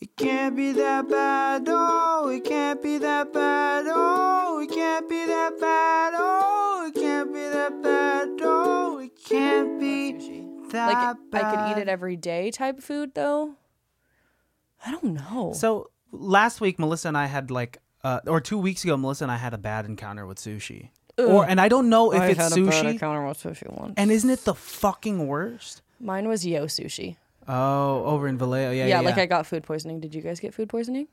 It can't be that bad, oh, it can't be that bad, oh, it can't be that bad, oh, it can't be that bad, oh, it can't be Like that bad. I could eat it every day type food though. I don't know. So last week, Melissa and I had like, uh, or two weeks ago, Melissa and I had a bad encounter with sushi. Or and I don't know if it's sushi. and isn't it the fucking worst? Mine was yo sushi. Oh, over in Vallejo, yeah, Yeah, yeah. like yeah. I got food poisoning. Did you guys get food poisoning?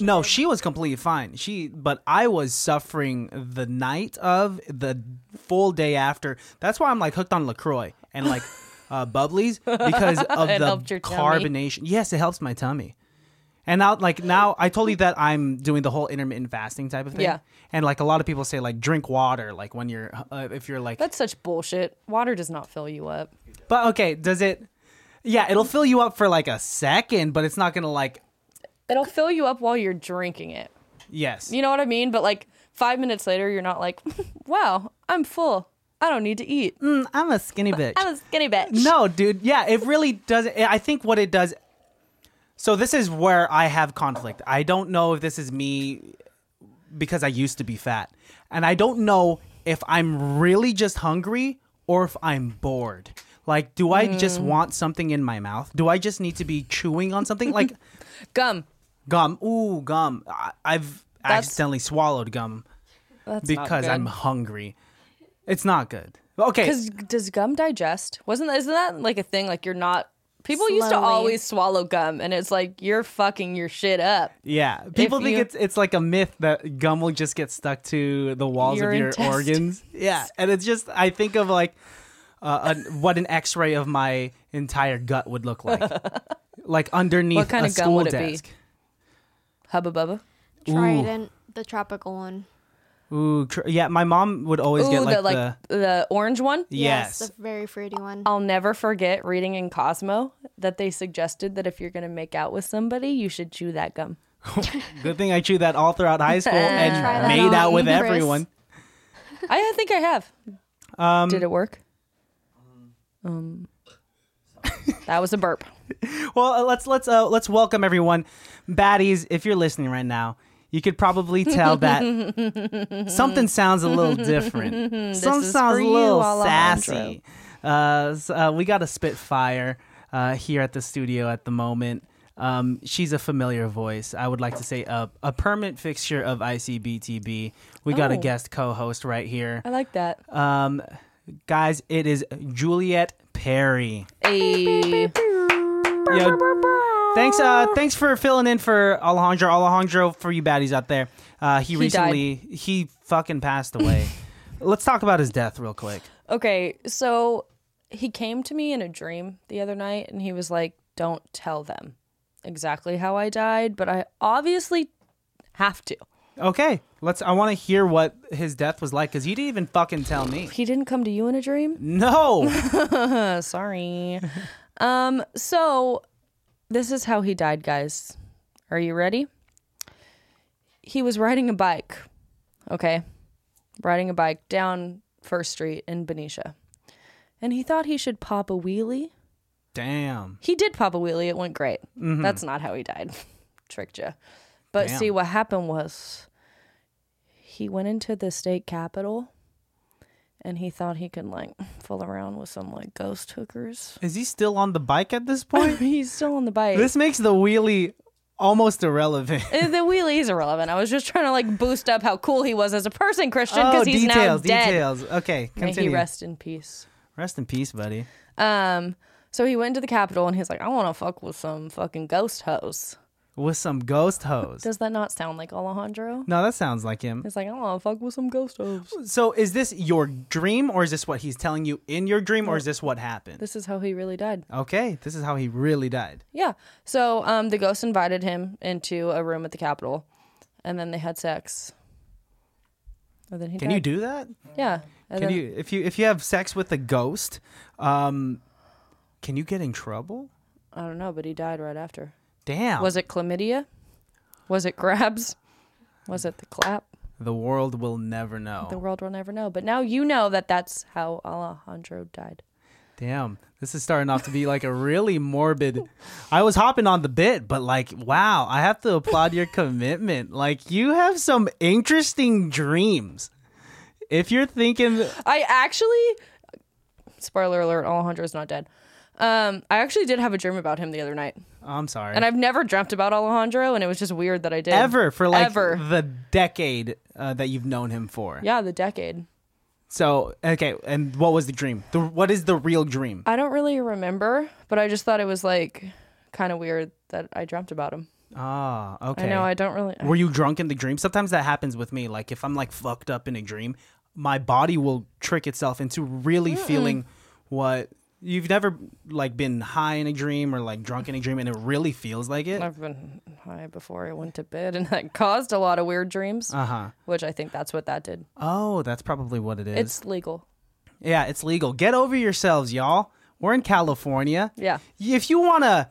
No, she was completely fine. She, but I was suffering the night of the full day after. That's why I'm like hooked on Lacroix and like uh, Bubblies because of It helped the your tummy. carbonation. Yes, it helps my tummy. And now, like now, I told you that I'm doing the whole intermittent fasting type of thing. Yeah. And like a lot of people say, like drink water, like when you're uh, if you're like. That's such bullshit. Water does not fill you up. but okay, does it? Yeah, it'll fill you up for like a second, but it's not gonna like. It'll fill you up while you're drinking it. Yes. You know what I mean? But like five minutes later, you're not like, wow, I'm full. I don't need to eat. I'm a skinny bitch. I'm a skinny bitch. Mm. No, dude. Yeah, it really doesn't. I think what it does. So this is where I have conflict. I don't know if this is me because I used to be fat, and I don't know if I'm really just hungry or if I'm bored. Like, do I just Mm. want something in my mouth? Do I just need to be chewing on something like Gum. gum? Ooh, gum. I, I've That's- accidentally swallowed gum That's not because I'm good. hungry. It's not good. Okay. Because does gum digest? Wasn't that, isn't that like a thing? Like you're not. People used to Slowly. always swallow gum, and it's like you're fucking your shit up. Yeah, people think you- it's it's like a myth that gum will just get stuck to the walls Your of your intestines. organs. Yeah, and it's just I think of like uh, an what an X-ray of my entire gut would look like, like underneath What kind a of gum school would it be? desk. Hubba bubba. Trident, the tropical one. Ooh, tr- yeah, my mom would always Ooh, get like the the, like the, orange one. yes. the very fruity one. I'll never forget reading in Cosmo that they suggested that if you're gonna make out with somebody, you should chew that gum. Good thing I chewed that all throughout high school Try and that made out on, with Chris. everyone. I, I think I have. Did it work? um, Um, that was a burp. Well, uh, let's let's uh, let's welcome everyone, baddies. If you're listening right now, you could probably tell that something sounds a little different. Some is sounds for a you, little Alejandro. sassy. Uh, s- uh, we got a Spitfire uh, here at the studio at the moment. Um, she's a familiar voice. I would like to say a, a permanent fixture of ICBTB. We got a Oh. guest co-host right here, I like that. um, guys. It is Juliet Perry. Hey. Yo, thanks, uh, thanks for filling in for Alejandro. Alejandro, for you baddies out there, uh, he, recently he fucking passed away. Let's talk about his death real quick. Okay, so he came to me in a dream the other night and he was like, Don't tell them exactly how I died, but I obviously have to. Okay, let's. I want to hear what his death was like because you didn't even fucking tell me. He didn't come to you in a Mm-hmm. dream? No, Uh, sorry. um, so this is how he died, guys. Are you ready? He was riding a bike. Okay. Riding a bike down First Street in Benicia. And he thought he should pop a wheelie damn. He did pop a wheelie. It went great. That's not how he died. Tricked you. But Mm-hmm. Damn. see, what happened was he went into the state capitol and he thought he could like fool around with some like ghost hookers. Is he still on the bike at this point? He's still on the bike. this makes the wheelie almost irrelevant. Eh, the wheelie is irrelevant. I was just trying to like boost up how cool he was as a person, Christian, oh, because he's now details, dead. details. Okay, May he continue. Rest. rest in peace. in peace, buddy. Um, so he went to the capitol and he's like, I want to fuck with some fucking ghost hoes. With some ghost hose. Does that not sound like Alejandro? No, that sounds like him. It's like, I want to fuck with some ghost hoes. So is this your dream or is this what he's telling you in your dream or is this what happened? This is how he really died. Okay, this is how he really died. Yeah. So um, the ghost invited him into a room at the Capitol, and then they had sex. And then he Can died. you do that? Yeah. And Can then- you if you if you have sex with a ghost, um can you get in trouble? I don't know, but he died right after. Damn. Was it chlamydia? Was it grabs? Was it the clap? the world will never know. The world will never know. But now you know that that's how Alejandro died. Damn, this is starting off to be like a really morbid. I was hopping on the bit, but like, wow, I have to applaud your commitment. Like, you have some interesting dreams. If you're thinking, I actually, spoiler alert, Alejandro's not dead. Um, I actually did have a dream about him the other night, I'm sorry, and I've never dreamt about Alejandro, and it was just weird that I did ever for like ever. the decade uh, that you've known him for. Yeah, the decade. So okay, and what was the dream? The, what is the real dream? I don't really remember, but I just thought it was like kind of weird that I dreamt about him. Ah, okay. I know I don't really. Were you drunk in the dream? Sometimes that happens with me. Like if I'm like fucked up in a dream, my body will trick itself into really feeling what you've never like been high in a dream or like drunk in a dream and it really feels like it. I've been high before I went to bed, and that caused a lot of weird dreams, Uh-huh. which I think that's what that did. Oh, that's probably what it is. It's legal. yeah, it's legal. Get over yourselves, y'all. We're in California. Yeah. If you want to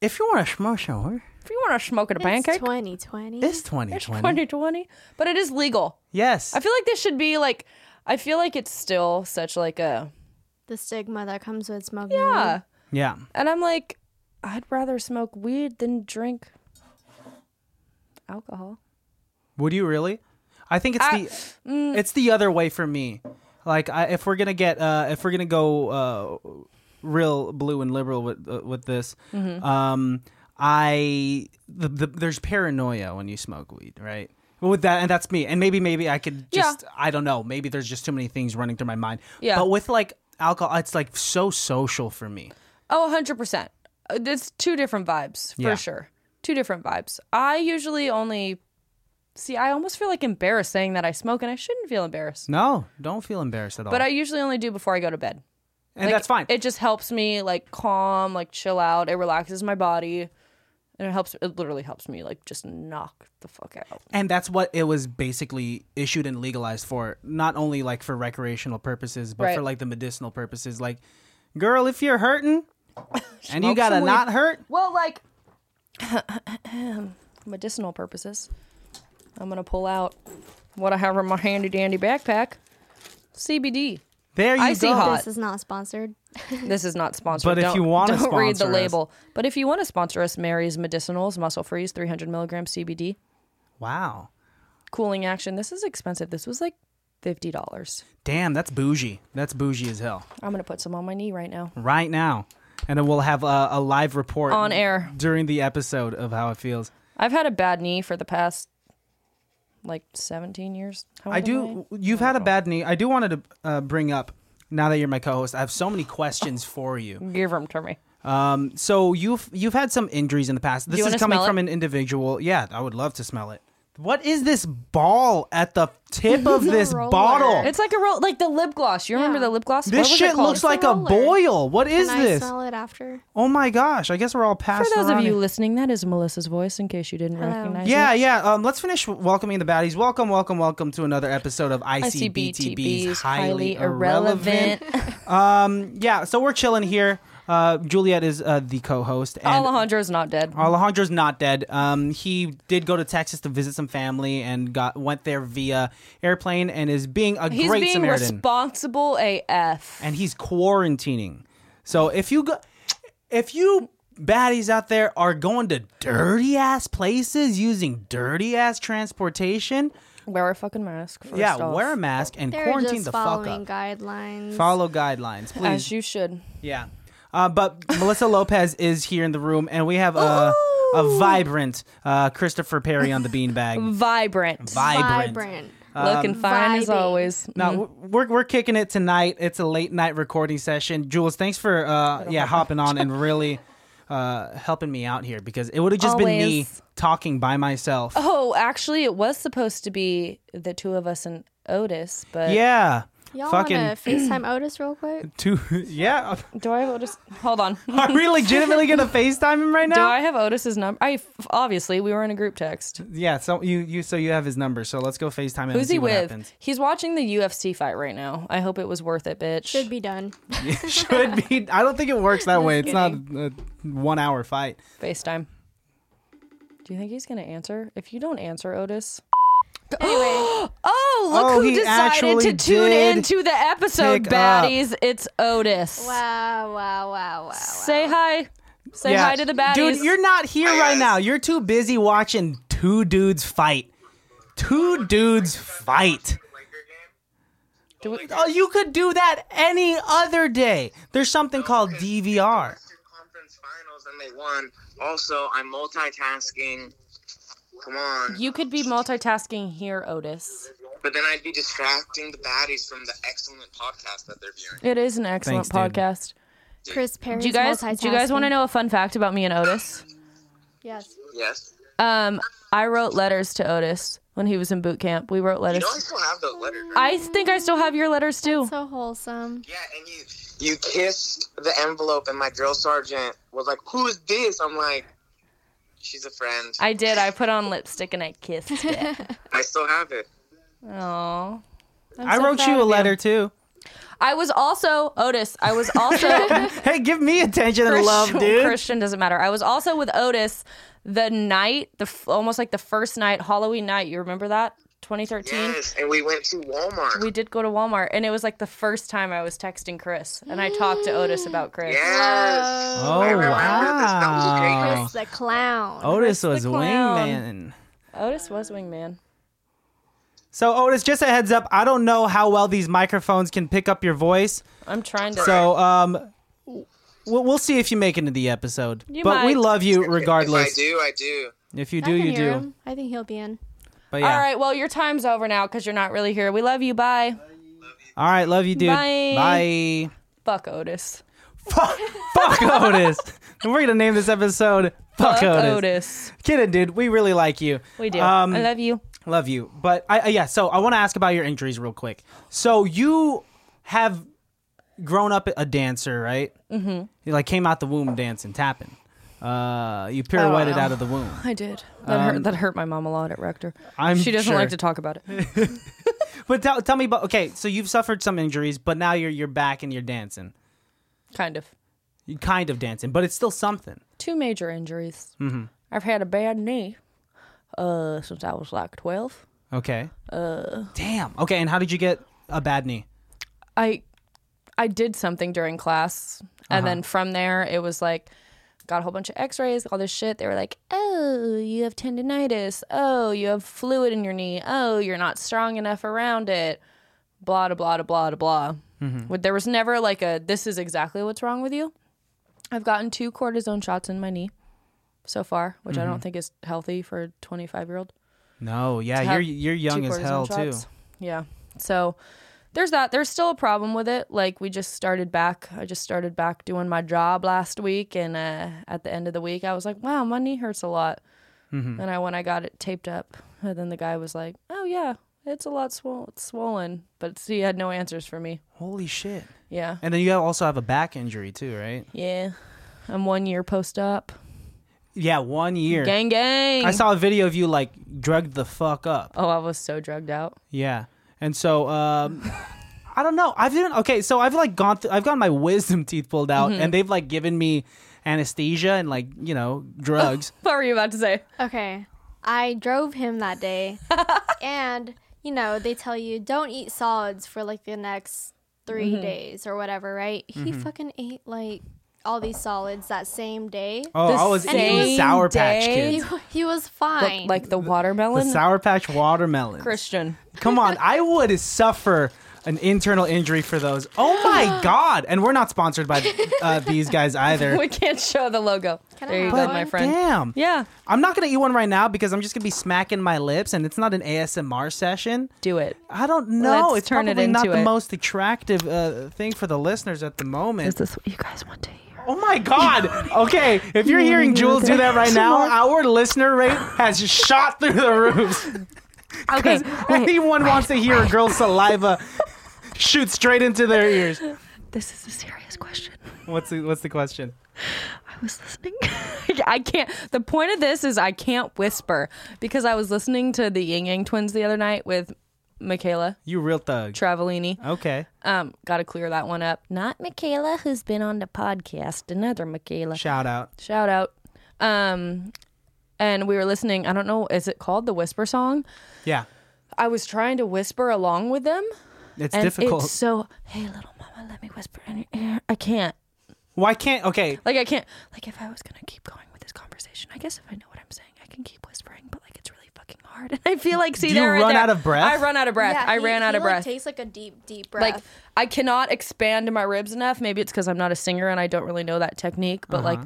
if you want to smosh over, If you want to smoke at a It's pancake, 2020. Mm-hmm. it's 2020. 2020, but it is legal. Yes. I feel like this should be like I feel like it's still such like a the stigma that comes with smoking. yeah. yeah. And I'm like I'd rather smoke weed than drink alcohol. Would you really? I think it's the mm. it's the other way for me. Like I, if we're gonna get uh, if we're gonna go uh, real blue and liberal with uh, with this, Mm-hmm. um, I the, the, there's paranoia when you smoke weed, right? With that, and that's me. And maybe maybe I could Yeah. just I don't know. Maybe there's just too many things running through my mind. Yeah. But with like alcohol, it's like so social for me. Oh, 100%. Uh, It's two different vibes for Yeah. sure. Two different vibes. I usually only See, I almost feel like embarrassed saying that I smoke and I shouldn't feel embarrassed. No, don't feel embarrassed at all. But I usually only do before I go to bed. and Like, that's fine. It just helps me like calm, like chill out. It relaxes my body, and it helps. It literally helps me like just knock the fuck out. And that's what it was basically issued and legalized for, not only like for recreational purposes, but for Right. like the medicinal purposes. Like, girl, if you're hurting and you Smoke gotta some weed. not hurt, Well, like medicinal purposes, I'm gonna pull out what I have in my handy dandy backpack. CBD. there you I go. see hot. This is not sponsored. This is not sponsored. But if Don't- you wanna don't read the sponsor us- label. But if you want to sponsor us, Mary's Medicinals Muscle Freeze 300 milligram CBD Wow. cooling action. This is expensive. This was like fifty dollars. Damn, that's bougie. That's bougie as hell. I'm gonna put some on my knee right now. Right now. And then we'll have a, a live report On air. during the episode of how it feels. I've had a bad knee for the past like 17 years. How I old am do. You've had a bad knee. I do wanted to uh, bring up now that you're my co-host. I have so many questions for you. Give them to me. Um, so you've you've had some injuries in the past. This you is wanna coming smell from it? an individual. Yeah, I would love to smell it. What is this ball at the tip of this roller. bottle? It's like a roll, like the lip gloss. You remember Yeah. the lip gloss? What this was it shit called? looks like a a roller. boil. What is Can I this? smell it after? Oh my gosh! I guess we're all For past. those of Ronnie. you listening, that is Melissa's voice. In case you didn't Hello. recognize, Yeah, it. yeah. Um, let's finish welcoming the baddies. Welcome, welcome, welcome to another episode of ICBTB's ICBTB's highly irrelevant. um, yeah. So we're chilling here. Uh, Juliet is uh, the co-host. Oh, And Alejandro's not dead. Alejandro's not dead. Um, he did go to Texas to visit some family and got went there via airplane and is being a He's great being Samaritan. responsible AF. and he's quarantining. So if you go, if you baddies out there are going to dirty ass places using dirty ass transportation, Wear a fucking mask. First yeah, off. wear a mask and They're quarantine just the fuck following up. guidelines. Follow guidelines, please. As you should. Yeah. Uh, but Melissa Lopez is here in the room, and we have a, a vibrant uh, Christopher Perry on the beanbag. Vibrant. vibrant. Uh, Vibrant. Looking fine as vibing. always. No, w- we're we're kicking it tonight. It's a late night recording session. Jules, thanks for uh, yeah hopping on and really uh, helping me out here because it would have just been me Always. talking by myself. Oh, actually, it was supposed to be the two of us and Otis, but Yeah, Y'all fucking want to FaceTime Otis real quick? two. Yeah, do I have Otis? Hold on. are we legitimately gonna Facetime him right Do now? I have Otis's number? I obviously we were in a group text. Yeah. So you you so you have his number. So let's go Facetime him. and Who's see he what with? Happens. He's watching the UFC fight right now. I hope it was worth it, bitch. Should be done. Should be. I don't think it works that way. It's not a one hour fight. FaceTime. Do you think he's gonna answer? If you don't answer, Otis, Anyway, Oh, look Oh, who he decided actually to tune did in to the episode, pick up. baddies. It's Otis. wow, wow, wow, wow. Say hi. Say hi to the baddies. Dude, you're not here right now. You're too busy watching two dudes fight. Two dudes fight. Oh, you could do that any other day. There's something called DVR. Western Conference Finals and they won. Also, I'm multitasking. Come on. You could be multitasking here, Otis. But then I'd be distracting the baddies from the excellent podcast that they're viewing. It is an excellent Thanks, dude. podcast. Chris Perry. Do you guys do you guys want to know a fun fact about me and Otis? Yes. Yes. Um, I wrote letters to Otis when he was in boot camp. We wrote You letters. know I still have those letters. right? I think I still have your letters too. So wholesome. Yeah, and you you kissed the envelope, and my drill sergeant was like, "Who's this?" I'm like, "She's a friend." I, I did. I put on lipstick and I kissed it. still have it. Aww. I wrote you a letter too. I was also Otis. I was also Hey, give me attention and Christian, love, dude. Christian doesn't matter. I was also with Otis the night, the f- almost like the first night, Halloween night. You remember that? 2013. Yes, and we went to Walmart. We did go to Walmart, and it was like the first time I was texting Chris, and I talked to Otis about Chris. yes. Oh I remember this. That was a great wow. Chris the clown. Otis was the a clown. wingman. Otis was wingman. So Otis, just a heads up, I don't know how well these microphones can pick up your voice. I'm trying to. So um we'll, we'll see if you make it into the episode. You but we might. love you If regardless. I do, I do. If you I do, can you hear do. him. I think he'll be in. But yeah. All right. Well, your time's over now because you're not really here. We love you. Bye. All right, love you, dude. Bye. Bye. Fuck Otis. Fuck, fuck Otis. And we're gonna name this episode "Fuck, Fuck Otis. Otis. Kidding, dude. We really like you. We do. Uh, Um, I love you. love you. But I, I- yeah. So I want to ask about your injuries real quick. So you have grown up a dancer, right? Mm-hmm. You like came out the womb dancing, tapping. Uh, you pirouetted know. out of the womb. I did. That hurt. That hurt my mom a lot at Rector. I'm she doesn't sure. like to talk about it. But tell, tell me about okay. So you've suffered some injuries, but now you're you're back and you're dancing. kind of. You kind of dancing, but it's still something. Two major injuries. Mm-hmm. I've had a bad knee uh, since I was like 12. Okay. Uh, Damn. Okay. And how did you get a bad knee? I I did something during class, and then from there it was like got a whole bunch of X-rays, all this shit. They were like, "Oh, you have tendonitis. Oh, you have fluid in your knee. Oh, you're not strong enough around it." Blah da blah da blah da blah. But there was never like a this is exactly what's wrong with you. I've gotten two cortisone shots in my knee so far, which I don't think is healthy for a 25 year old No, yeah, have you're you're young two as cortisone hell too. shots. Yeah. So there's that. There's still a problem with it. Like we just started back. I just started back doing my job last week, and uh, at the end of the week, I was like, "Wow, my knee hurts a lot." Mm-hmm. And I when I got it taped up, and then the guy was like, "Oh yeah, it's a lot swollen. It's swollen," but he had no answers for me. Holy shit! Yeah. And then you also have a back injury too, right? Yeah. I'm one year post up. Yeah, one year. Gang gang. I saw a video of you like drugged the fuck up. Oh, I was so drugged out. Yeah, and so um, I don't know. I've been okay. So I've like gone. Through, I've gotten my wisdom teeth pulled out, Mm-hmm. and they've like given me anesthesia and like you know drugs. What were you about to say? Okay. I drove him that day. and, you know, they tell you don't eat solids for like the next 3 Mm-hmm. days or whatever, right? He fucking ate like all these solids that same day. oh, The I was eating same Sour Patch day? He, Kids, he was Like, fine. like the the watermelon? Sour Patch watermelon. Christian. Come on, I would suffer an internal injury for those. Oh my god! And we're not sponsored by uh, these guys either. We can't show the logo. Can I there you have go, one? my friend. Damn. Yeah. I'm not gonna eat one right now because I'm just gonna be smacking my lips, and it's not an ASMR session. Do it. I don't know. Let's it's turn it probably not into the it. most attractive uh, thing for the listeners at the moment. this what you guys want to hear? oh my god! Okay, if you're hearing Jules do that right now, our listener rate has shot through the roofs. Okay. Anyone wants to hear a girl's saliva shoot straight into their ears. This is a serious question. What's the, what's the question? I was listening. I can't. The point of this is I can't whisper because I was listening to the Ying Yang Twins the other night with Michaela You real thug. Travellini. Okay. Um, got to clear that one up. Not Michaela, who's been on the podcast. Another Michaela. Shout out. Shout out. Um, and we were listening. I don't know. Is it called the Whisper Song? Yeah. I was trying to whisper along with them. It's and difficult. It's so, hey, little mama, let me whisper in your ear. I can't. Why can't? Okay, Like, I can't. Like, if I was going to keep going with this conversation, I guess if I know what I'm saying, I can keep whispering, but like, it's really fucking hard. And I feel like, see, Do you there and run there, out of breath? I run out of breath. Yeah, I he- ran he, out of like, breath. Takes like a deep, deep breath. like, I cannot expand my ribs enough. Maybe it's because I'm not a singer and I don't really know that technique, Uh-huh. but like,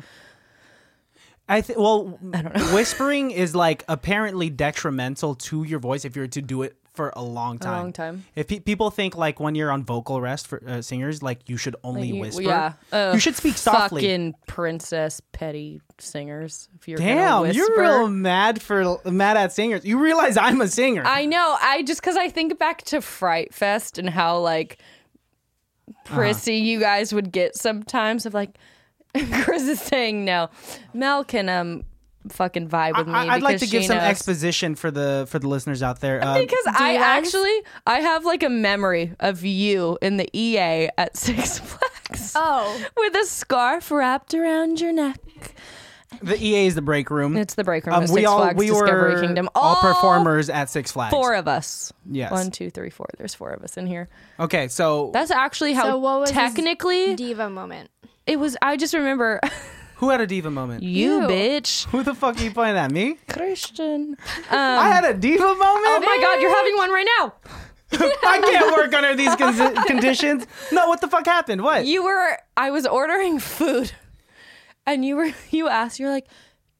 I think. Well, I don't know. whispering is like apparently detrimental to your voice if you're to do it for a long time. long time. If pe- people think like when you're on vocal rest for uh, singers, like you should only You- whisper. Yeah. Uh, you should speak softly. Fucking princess petty singers. If you're gonna Damn, whisper. you're real mad for mad at singers. You realize I'm a singer. I know. I just because I think back to Fright Fest and how like Uh-huh. prissy you guys would get sometimes of like Chris is saying no. Mel can um fucking vibe with me. I, would like because to give she some knows. exposition for the for the listeners out there. Um, because Do I you guys- actually I have like a memory of you in the EA at Six Flags oh, with a scarf wrapped around your neck. the EA is the break room. It's the break room um, of we Six all Flags we Discovery were Kingdom. all performers at Six Flags. Four of us. Yes. One, two, three, four. There's four of us in here. Okay, so That's actually how So what was his technically diva moment. it was. I just remember who had a diva moment? you, You. bitch, Who the fuck are you pointing at me? Christian. I had a diva moment. Um, Oh my God, you're having one right now. Um, I can't work under these con- conditions. No, what the fuck happened? What? You were. I was ordering food, and you were. You asked. You're like,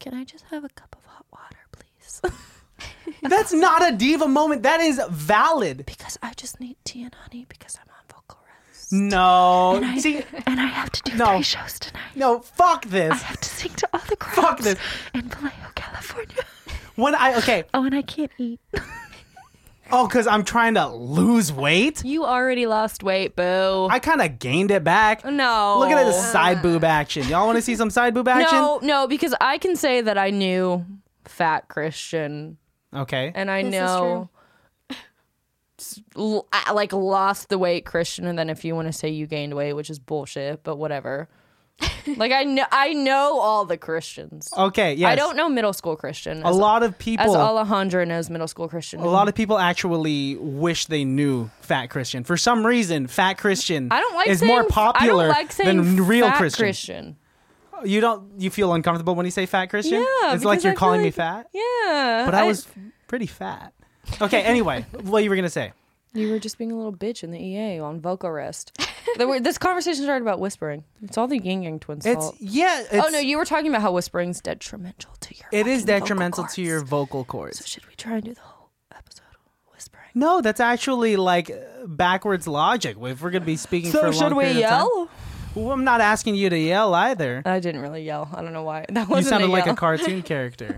"Can I just have a cup of hot water, please? That's not a diva moment. That is valid. Because I just need tea and honey because I'm on vocal rest, No. See, and I have to do No. three shows tonight. no, fuck this. I have to sing to all the crowds Fuck this. in Vallejo, California. When I okay, Oh, and I can't eat. oh, cause I'm trying to lose weight. You already lost weight, boo. I kind of gained it back. Oh, no. Look at this side boob action. Y'all want to see some side boob action? No, no, because I can say that I knew fat Christian Okay. and I This is know s- l- I, like lost the weight Christian and then if you want to say you gained weight, which is bullshit, but whatever. like I know I know all the Christians. Okay. Oh, Yes. I don't know middle school Christian. A as, lot of as people. Alejandra knows middle school Christian. a lot of people actually wish they knew Fat Christian. For some reason, Fat Christian I don't like is saying, more popular I don't like saying than real fat Christian. Christian. You don't you feel uncomfortable when you say Fat Christian? Yeah, it's like because you're I feel calling me like- fat. Yeah. But I, was pretty fat. Okay, anyway, what you were going to say? You were just being a little bitch in the EA on vocal rest. There were- this conversation started about whispering. It's all the Yin Yang twins' It's fault. yeah, it's oh no, you were talking about how whispering's detrimental to your. it is fucking vocal detrimental to cords. your vocal cords. So should we try and do the whole episode on whispering? No, that's actually like backwards logic. If we're going to be speaking for a So long should we period of time- yell? Well, I'm not asking you to yell either. I didn't really yell. I don't know why. That You wasn't sounded a like yell. a cartoon character.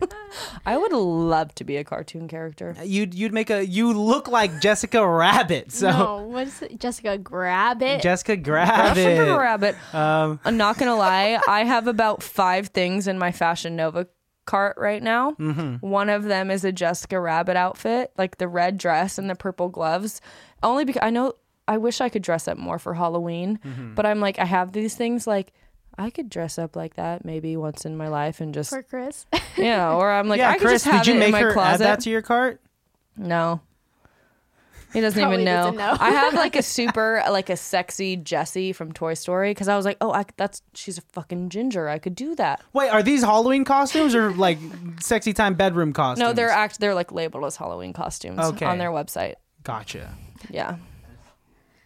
I would love to be a cartoon character. You'd you'd make a you look like Jessica Rabbit. So no, what is it? Jessica, grab it. Jessica grab Jessica it. Rabbit. Um, I'm not gonna lie. I have about five things in my Fashion Nova cart right now. Mm-hmm. One of them is a Jessica Rabbit outfit, like the red dress and the purple gloves. Only because I know I wish I could dress up more for Halloween, Mm-hmm. but I'm like I have these things like. I could dress up like that maybe once in my life and just for Chris. yeah, or I'm like yeah, I could Chris, just have did you it in make my her add closet. that to your cart? No. He doesn't even Probably know. doesn't know. I have like a super, like a sexy Jessie from Toy Story because I was like, oh, I, that's she's a fucking ginger. I could do that. Wait, are these Halloween costumes or like sexy time bedroom costumes? No, they're act they're like labeled as Halloween costumes Okay. on their website. gotcha. Yeah,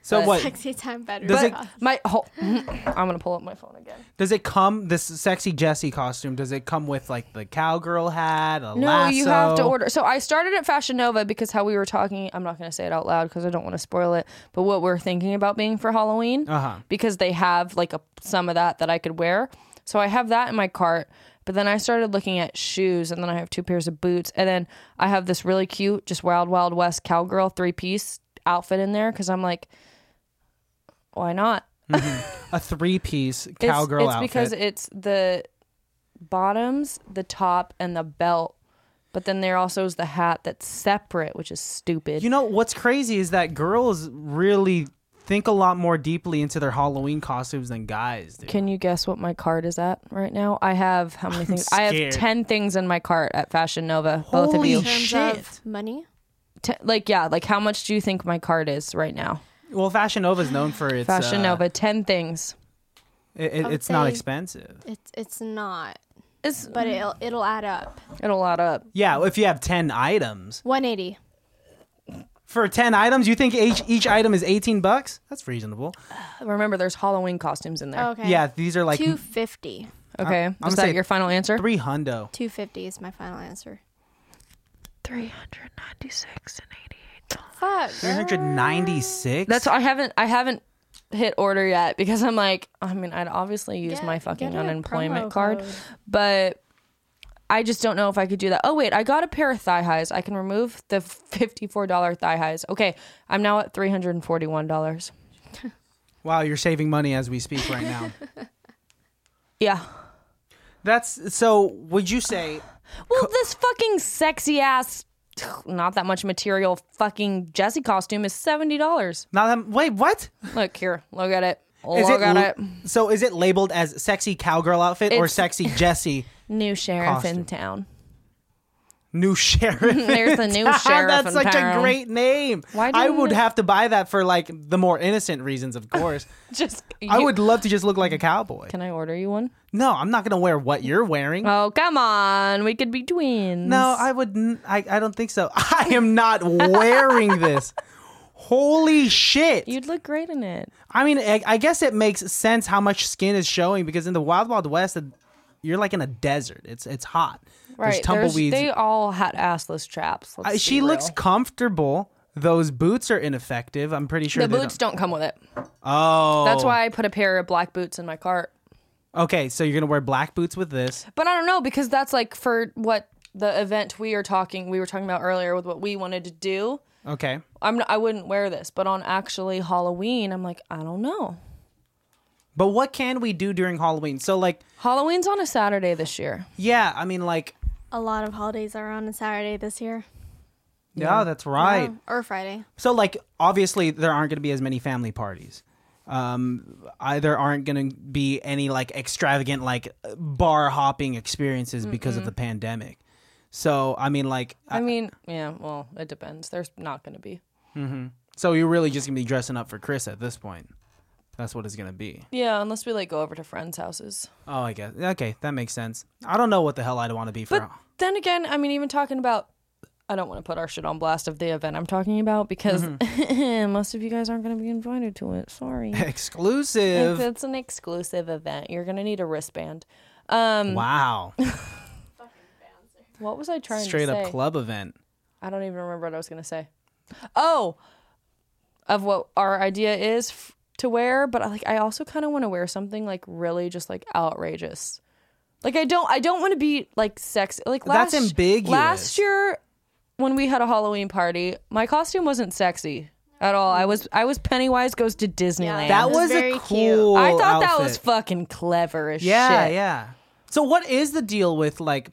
So But- what Sexy time better. Does Does it- my whole I'm gonna pull up my phone again. does it come? This sexy Jessie costume does it come with like the cowgirl hat? A No, lasso? you have to order. So I started at Fashion Nova because how we were talking. I'm not going to say it out loud because I don't want to spoil it. But what we're thinking about being for Halloween, Uh-huh. because they have like a some of that that I could wear. So I have that in my cart. But then I started looking at shoes, and then I have two pairs of boots, and then I have this really cute, just Wild Wild West cowgirl three piece outfit in there because I'm like, why not? a three piece It's- cowgirl it's, outfit. because it's the bottoms the top and the belt but then there also is the hat that's separate which is stupid you know what's crazy is that girls really think a lot more deeply into their Halloween costumes than guys do. can you guess what my cart is at right now i have how many things i have scared. 10 things in my cart at fashion nova both of Holy you in terms shit! of money? t- like yeah, like how much do you think my card is right now? Well, Fashion Nova is known for its Fashion uh, Nova, ten things. It, it- would it's not say- expensive. It's it's not, It's but it'll it'll add up. it'll add up. Yeah, if you have ten items One eighty. for ten items, you think each each item is eighteen bucks? That's reasonable. Remember, there's Halloween costumes in there. Okay. Yeah, these are like Two fifty. Oh, Okay, I'm is gonna that say your final answer? three hundo. Two fifty is my final answer. Three hundred ninety-six and eighty-eight dollars. Fuck. Three hundred ninety six. That's I haven't I haven't hit order yet because I'm like I mean I'd obviously use Get- my get fucking a unemployment promo card, code. but I just don't know if I could do that. Oh wait, I got a pair of thigh highs. I can remove the fifty-four dollar thigh highs. Okay, I'm now at three hundred and forty-one dollars. wow. You're saving money as we speak right now. Yeah. That's so. Would you say? Well, this fucking sexy ass, not that much material fucking Jesse costume is seventy dollars. Now that wait, what? Look here, look at it, Is look l- at it. So is it labeled as sexy cowgirl outfit or It's- sexy Jesse? New sheriff Costume. in town. New sheriff. There's the new Ah, sheriff. That's in such town. a great name. Why I didn't would it- have to buy that for like the more innocent reasons, of course. Just I you- would love to just look like a cowboy. Can I order you one? No, I'm not gonna wear what you're wearing. Oh, come on. We could be twins. no, I wouldn't. I, I don't think so. I am not wearing this. Holy shit! You'd look great in it. I mean, I, I guess it makes sense how much skin is showing because in the Wild Wild West, it- you're like in a desert. It's it's hot. There's tumbleweeds. They all had assless chaps. Let's Uh, be she looks real. comfortable. Those boots are ineffective. I'm pretty sure The they boots don't. come with it. Oh, That's why I put a pair of black boots in my cart. Okay, so you're gonna wear black boots with this. But I don't know because that's like for what the event we are talking we were talking about earlier with what we wanted to do. Okay. I'm I wouldn't wear this, but on actually Halloween, I'm like, I don't know. But what can we do during Halloween? So like, Halloween's on a Saturday this year. yeah, I mean like, A lot of holidays are on a Saturday this year. yeah, that's right. Yeah, Or Friday. So like, obviously there aren't gonna be as many family parties. Um, I, there aren't gonna be any like extravagant like bar hopping experiences because of the pandemic. So I mean like, I mean, yeah, well, it depends. There's not going to be. so you're really just gonna be dressing up for Chris at this point. That's what it's gonna be. Yeah, unless we like go over to friends' houses. Oh, I guess. Okay, that makes sense. I don't know what the hell I'd want to be for. But then again, I mean, even talking about, I don't want to put our shit on blast of the event I'm talking about because Mm-hmm. most of you guys aren't going to be invited to it. Sorry. Exclusive. It's, it's an exclusive event. You're going to need a wristband. Um, Wow. What was I trying Straight to say? up club event. I don't even remember what I was going to say. Oh, of what our idea is f- to wear, but I, like I also kind of want to wear something like really just like outrageous. Like I don't I don't want to be like sexy. Like last, That's ambiguous. Last year when we had a Halloween party, my costume wasn't sexy at all. I was I was Pennywise goes to Disneyland. That It was was very a cute. cool. I thought that was outfit. fucking clever as Yeah, shit. yeah. So what is the deal with like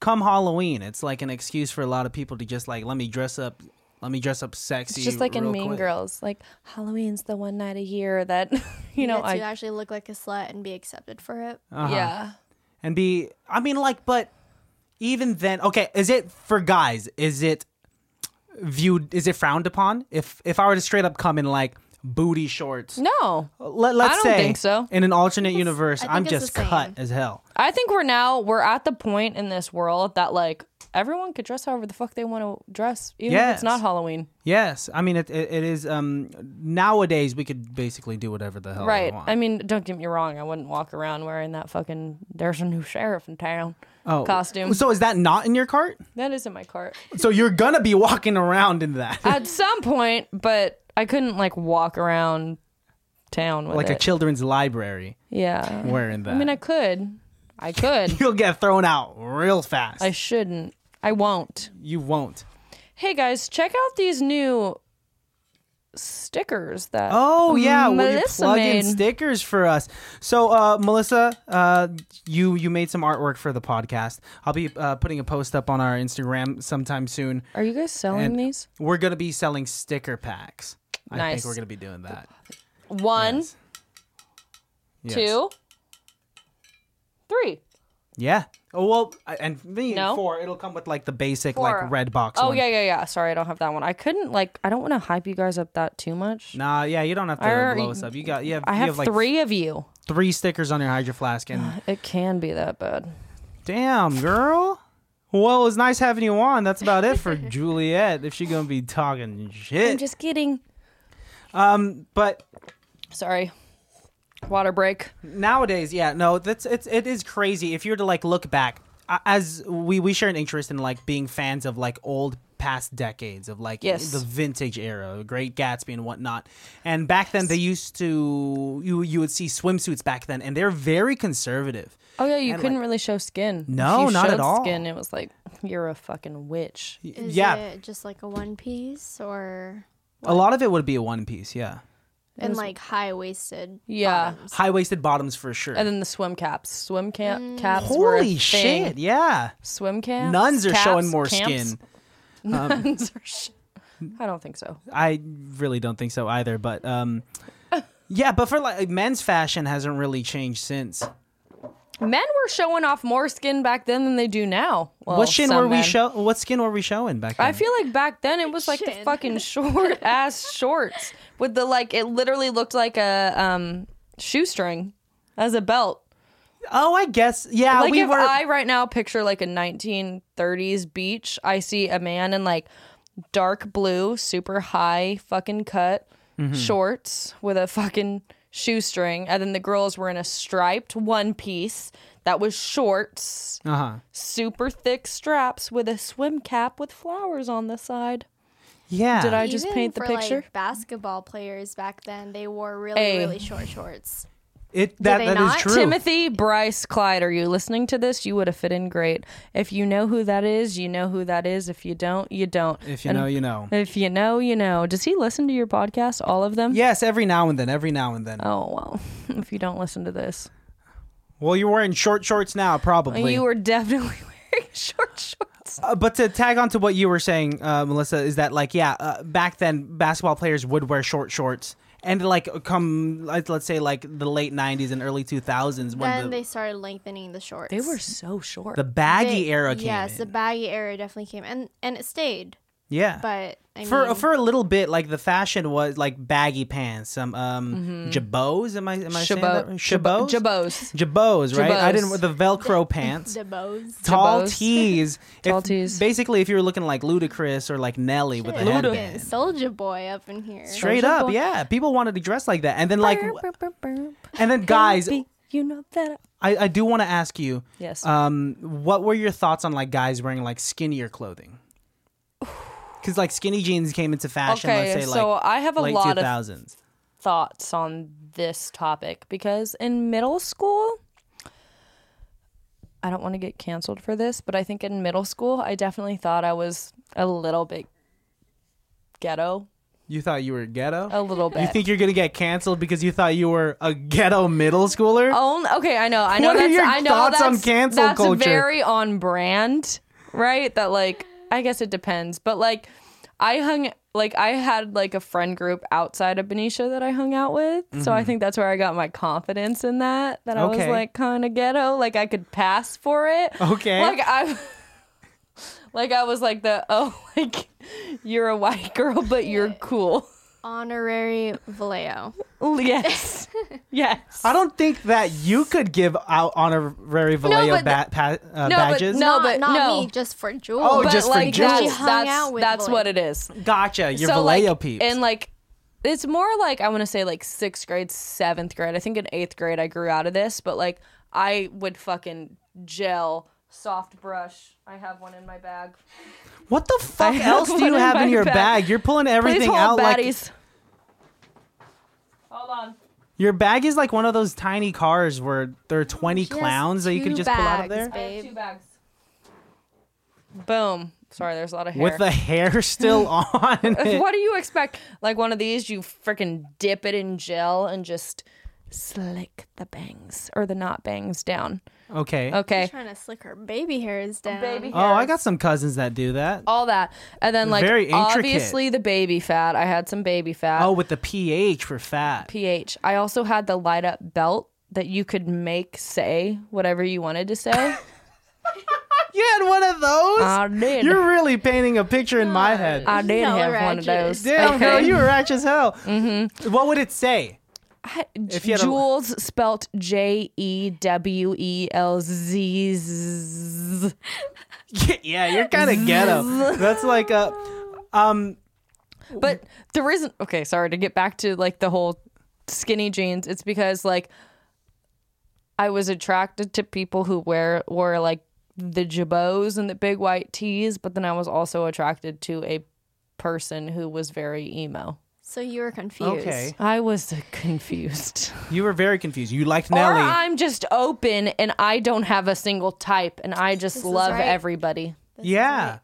come Halloween? It's like an excuse for a lot of people to just like let me dress up, let me dress up sexy. It's just like in real Mean quick. Girls, like Halloween's the one night a year that you You know know, I Uh, to actually look like a slut and be accepted for it. Uh-huh. yeah. and be. I mean, like, but even then, okay. Is it for guys? Is it viewed? Is it frowned upon? If if I were to straight up come in like booty shorts, No, let, let's I don't say think so. in an alternate universe, I think I'm it's the just cut same. as hell. I think we're now we're at the point in this world that like everyone could dress however the fuck they want to dress, even if Yes. it's not Halloween. Yes, I mean it. It, it is um, nowadays we could basically do whatever the hell right. we want. I mean, don't get me wrong. I wouldn't walk around wearing that fucking "There's a new sheriff in town" oh, costume. So is that not in your cart? that is in my cart So you're gonna be walking around in that, at some point, but I couldn't like walk around town with like a it. children's library, yeah. wearing that. I mean, I could. I could. You'll get thrown out real fast. I shouldn't. I won't. you won't. Hey guys, check out these new stickers that Oh yeah, will you Melissa plug in made. stickers for us? So uh, Melissa, uh, you you made some artwork for the podcast. I'll be uh, putting a post up on our Instagram sometime soon. Are you guys selling And- these? We're gonna be selling sticker packs. I think Nice. we're gonna be doing that. One, Yes. Yes. two, three. Yeah. Oh well, I- and me No? four. It'll come with like the basic Four. like red box. Oh one. yeah, yeah, yeah. Sorry, I don't have that one. I couldn't like. I don't want to hype you guys up that too much. Nah, yeah, you don't have to I already- blow us up. You got, you have, I you have, have like three of you. three stickers on your hydro flask, and It can be that bad. damn girl. Well, it was nice having you on. That's about it for Juliet. If she gonna be talking I'm shit, Um, just kidding. but Sorry. Water break. nowadays yeah no that's it's it is crazy if you were to like look back a- as we we share an interest in like being fans of like old past decades of like Yes. the vintage era great gatsby and whatnot and back then they used to you you would see swimsuits back then and they're very conservative Oh yeah, you And, couldn't like- really show skin. If No, you not at showed all. Skin. It was like you're a fucking witch. Is yeah it just like a one piece or a lot of it would be a one piece yeah and like high waisted? Yeah. high-waisted bottoms for sure And then the swim caps. Swim camp caps. were a holy thing. shit yeah Swim camps. nuns are caps, showing more camps. skin Um, Nuns are sh- I don't think so. I really don't think so either. But um, yeah, but for like men's fashion hasn't really changed since. Men were showing off more skin back then than they do now. Well, what skin some were we men. show? What skin were we showing back then? I feel like back then it was like the Shin. fucking short ass shorts with the like it literally looked like a um shoestring as a belt. oh, I guess yeah. like we if were. I right now picture like a 1930s beach, I see a man in like dark blue, super high fucking cut Mm-hmm. shorts with a fucking shoestring, and then the girls were in a striped one piece that was shorts, Uh huh. super thick straps with a swim cap with flowers on the side. Yeah. Did I just paint the for picture? Like basketball players back then, they wore really Hey. really short shorts. It that they that is not? true. Timothy Bryce Clyde, are you listening to this? You would have fit in great. If you know who that is, you know who that is. If you don't, you don't. if you And know, you know. If you know, you know. Does he listen to your podcast? All of them? Yes, every now and then. Every now and then. Oh well. If you don't listen to this, Well, you're wearing short shorts now, probably. you were definitely wearing short shorts. Uh, but to tag on to what you were saying, uh, Melissa, is that like yeah, uh, back then basketball players would wear short shorts, and like come like, let's say like the late '90s and early 2000s when Then the, they started lengthening the shorts. They were so short. the baggy They- era came Yes, the in. baggy era definitely came, and and it stayed. yeah. But I for mean, for a little bit, like the fashion was like baggy pants, some Mm-hmm. um jabots. Am I am I saying that? right? Jabot. Jabots? Jabos. Jabots, right? I didn't Jabots. the Velcro pants. the bows. Tall Jabots. tees. Tall If- tees. Basically, if you were looking like Ludacris or like Nelly with the headband. Soldier boy up in here. Straight Soulja up, Boy. yeah. People wanted to dress like that. And then like Guys, and then guys, I, you know that. I I- do want to ask you, Yes. um, what were your thoughts on like guys wearing like skinnier clothing? Because like skinny jeans came into fashion, okay, let's say like so I have a late lot of 2000s. thoughts on this topic because in middle school, I don't want to get canceled for this, but I think in middle school, I definitely thought I was a little bit ghetto. You thought you were ghetto? A little bit. You think you're gonna get canceled because you thought you were a ghetto middle schooler? Own, okay, I know. I know What are that's, your I know thoughts on that's, cancel that's culture? very on brand, right? That, like, I guess it depends, but like, I hung, like, I had like a friend group outside of Benicia that I hung out with. So I think that's where I got my confidence in that, that I was Mm-hmm. Okay. like kind of ghetto. Like, I could pass for it. Okay. Oh, Like, I. Like I was like the oh like you're a white girl but you're cool. Honorary Vallejo. Yes. Yes. I don't think that you could give out honorary Vallejo but ba- pa- uh, no, but badges. no- not, but not no. me, just for Jewel. Oh, but just for like jokes. that's She hung that's, out with that's boys. what it is. Gotcha, your so Vallejo like, peeps. And like, it's more like I want to say like sixth grade, seventh grade. I think in eighth grade I grew out of this, but like I would fucking gel soft brush. I have one in my bag. what the fuck have else do one you in have my in your bag. bag? You're pulling Please everything out hold like baddies. Hold on. your bag is like one of those tiny cars where there are 20 has clowns that you could two just pull out of bags, there I have Babe. two bags. Boom. Sorry, there's a lot of hair. with the hair still on. it. what do you expect? Like one of these, you freaking dip it in gel and just slick the bangs or the knot bangs down. Okay. Okay. She's trying to slick her baby hairs down. Baby Oh, I hairs. got some cousins that do that. all that. And then like Very intricate. obviously the baby fat. I had some baby fat. Oh, with the pH for fat. pH. I also had the light up belt that you could make say whatever you wanted to say. You had one of those? I did. You're really painting a picture in my head. I did No, have one of Ratchet. those. Damn, girl, Okay. you were ratchet as hell. Mm-hmm. What would it say? I- If you had a- Jules spelt J E W E L Z Z. yeah, you're kind of ghetto. That's like a. Um, But there isn't. Okay, sorry to get back to like the whole skinny jeans. It's because like I was attracted to people who wear wore like the jabots and the big white tees, but then I was also attracted to a person who was very emo. So you were confused. okay. I was uh, confused. You were very confused. You liked Or Nelly. I'm just open and I don't have a single type and I just is love right. everybody. yeah.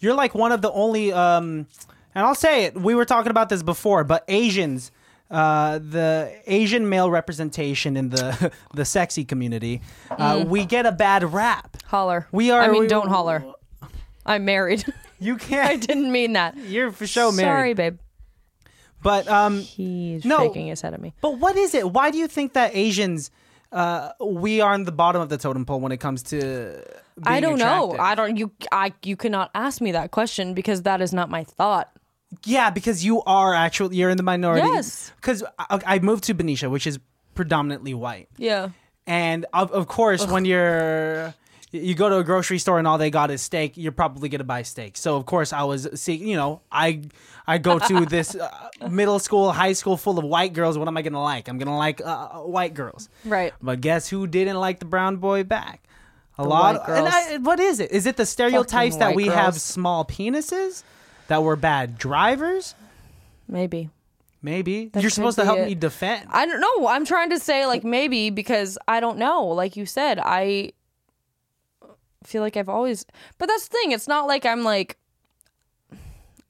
You're like one of the only um and I'll say it, we were talking about this before, but Asians uh, the Asian male representation in the the sexy community, uh, Mm. we get a bad rap. Holler. We are- I mean, we- don't holler. I'm married. You I can't. didn't mean that. You're for sure married. Sorry, babe. But um, He's No. shaking his head at me. but what is it? Why do you think that Asians, uh, we are on the bottom of the totem pole when it comes to? Being I don't know. attractive? I don't. You. I. You cannot ask me that question because that is not my thought. Yeah, because you are actually you're in the minority. Yes. Because I, I moved to Benicia, which is predominantly white. Yeah. And of, of course, when you're you go to a grocery store and all they got is steak, you're probably gonna buy steak. So of course, I was seeing, you know, I I go to this uh, middle school, high school full of white girls. What am I gonna like? I'm gonna like uh, white girls. Right. But guess who didn't like the brown boy back? A lot. white and girls. I, what is it? Is it the stereotypes that white we have girls. small penises, that we're bad drivers? Maybe. Maybe you're could supposed to be help it. me defend. I don't know. I'm trying to say like maybe because I don't know. Like you said, I feel like I've always. But that's the thing. It's not like I'm like.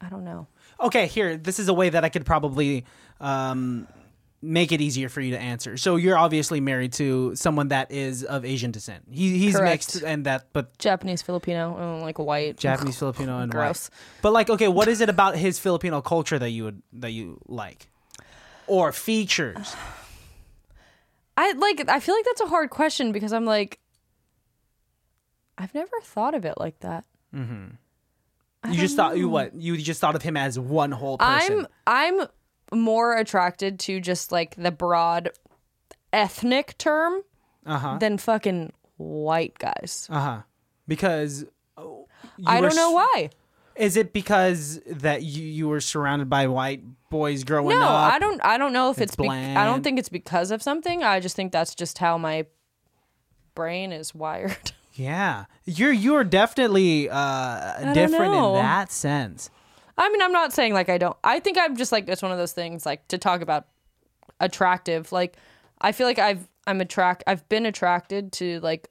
I don't know. okay, here. This is a way that I could probably um, make it easier for you to answer. So you're obviously married to someone that is of Asian descent. He, he's Correct. mixed and that, but Japanese, Filipino, uh, like white. Japanese, Filipino, and Gross. White. But like, okay, what is it about his Filipino culture that you would that you like, or features? I like. I feel like that's a hard question because I'm like. I've never thought of it like that. You just thought you what? You just thought of him as one whole person. I'm I'm more attracted to just like the broad ethnic term than fuchan white guys. Uh-huh. uh huh. Because oh, you I were don't know s- why. Is it because that you you were surrounded by white boys growing No, up? I don't. I don't know if it's. It's Be- I don't bland. think it's because of something. I just think that's just how my brain is wired. Yeah, you're you're definitely uh, different in know. that sense. I mean, I'm not saying like I don't. I think I'm just like it's one of those things like to talk about attractive. Like I feel like I've I'm attract I've been attracted to like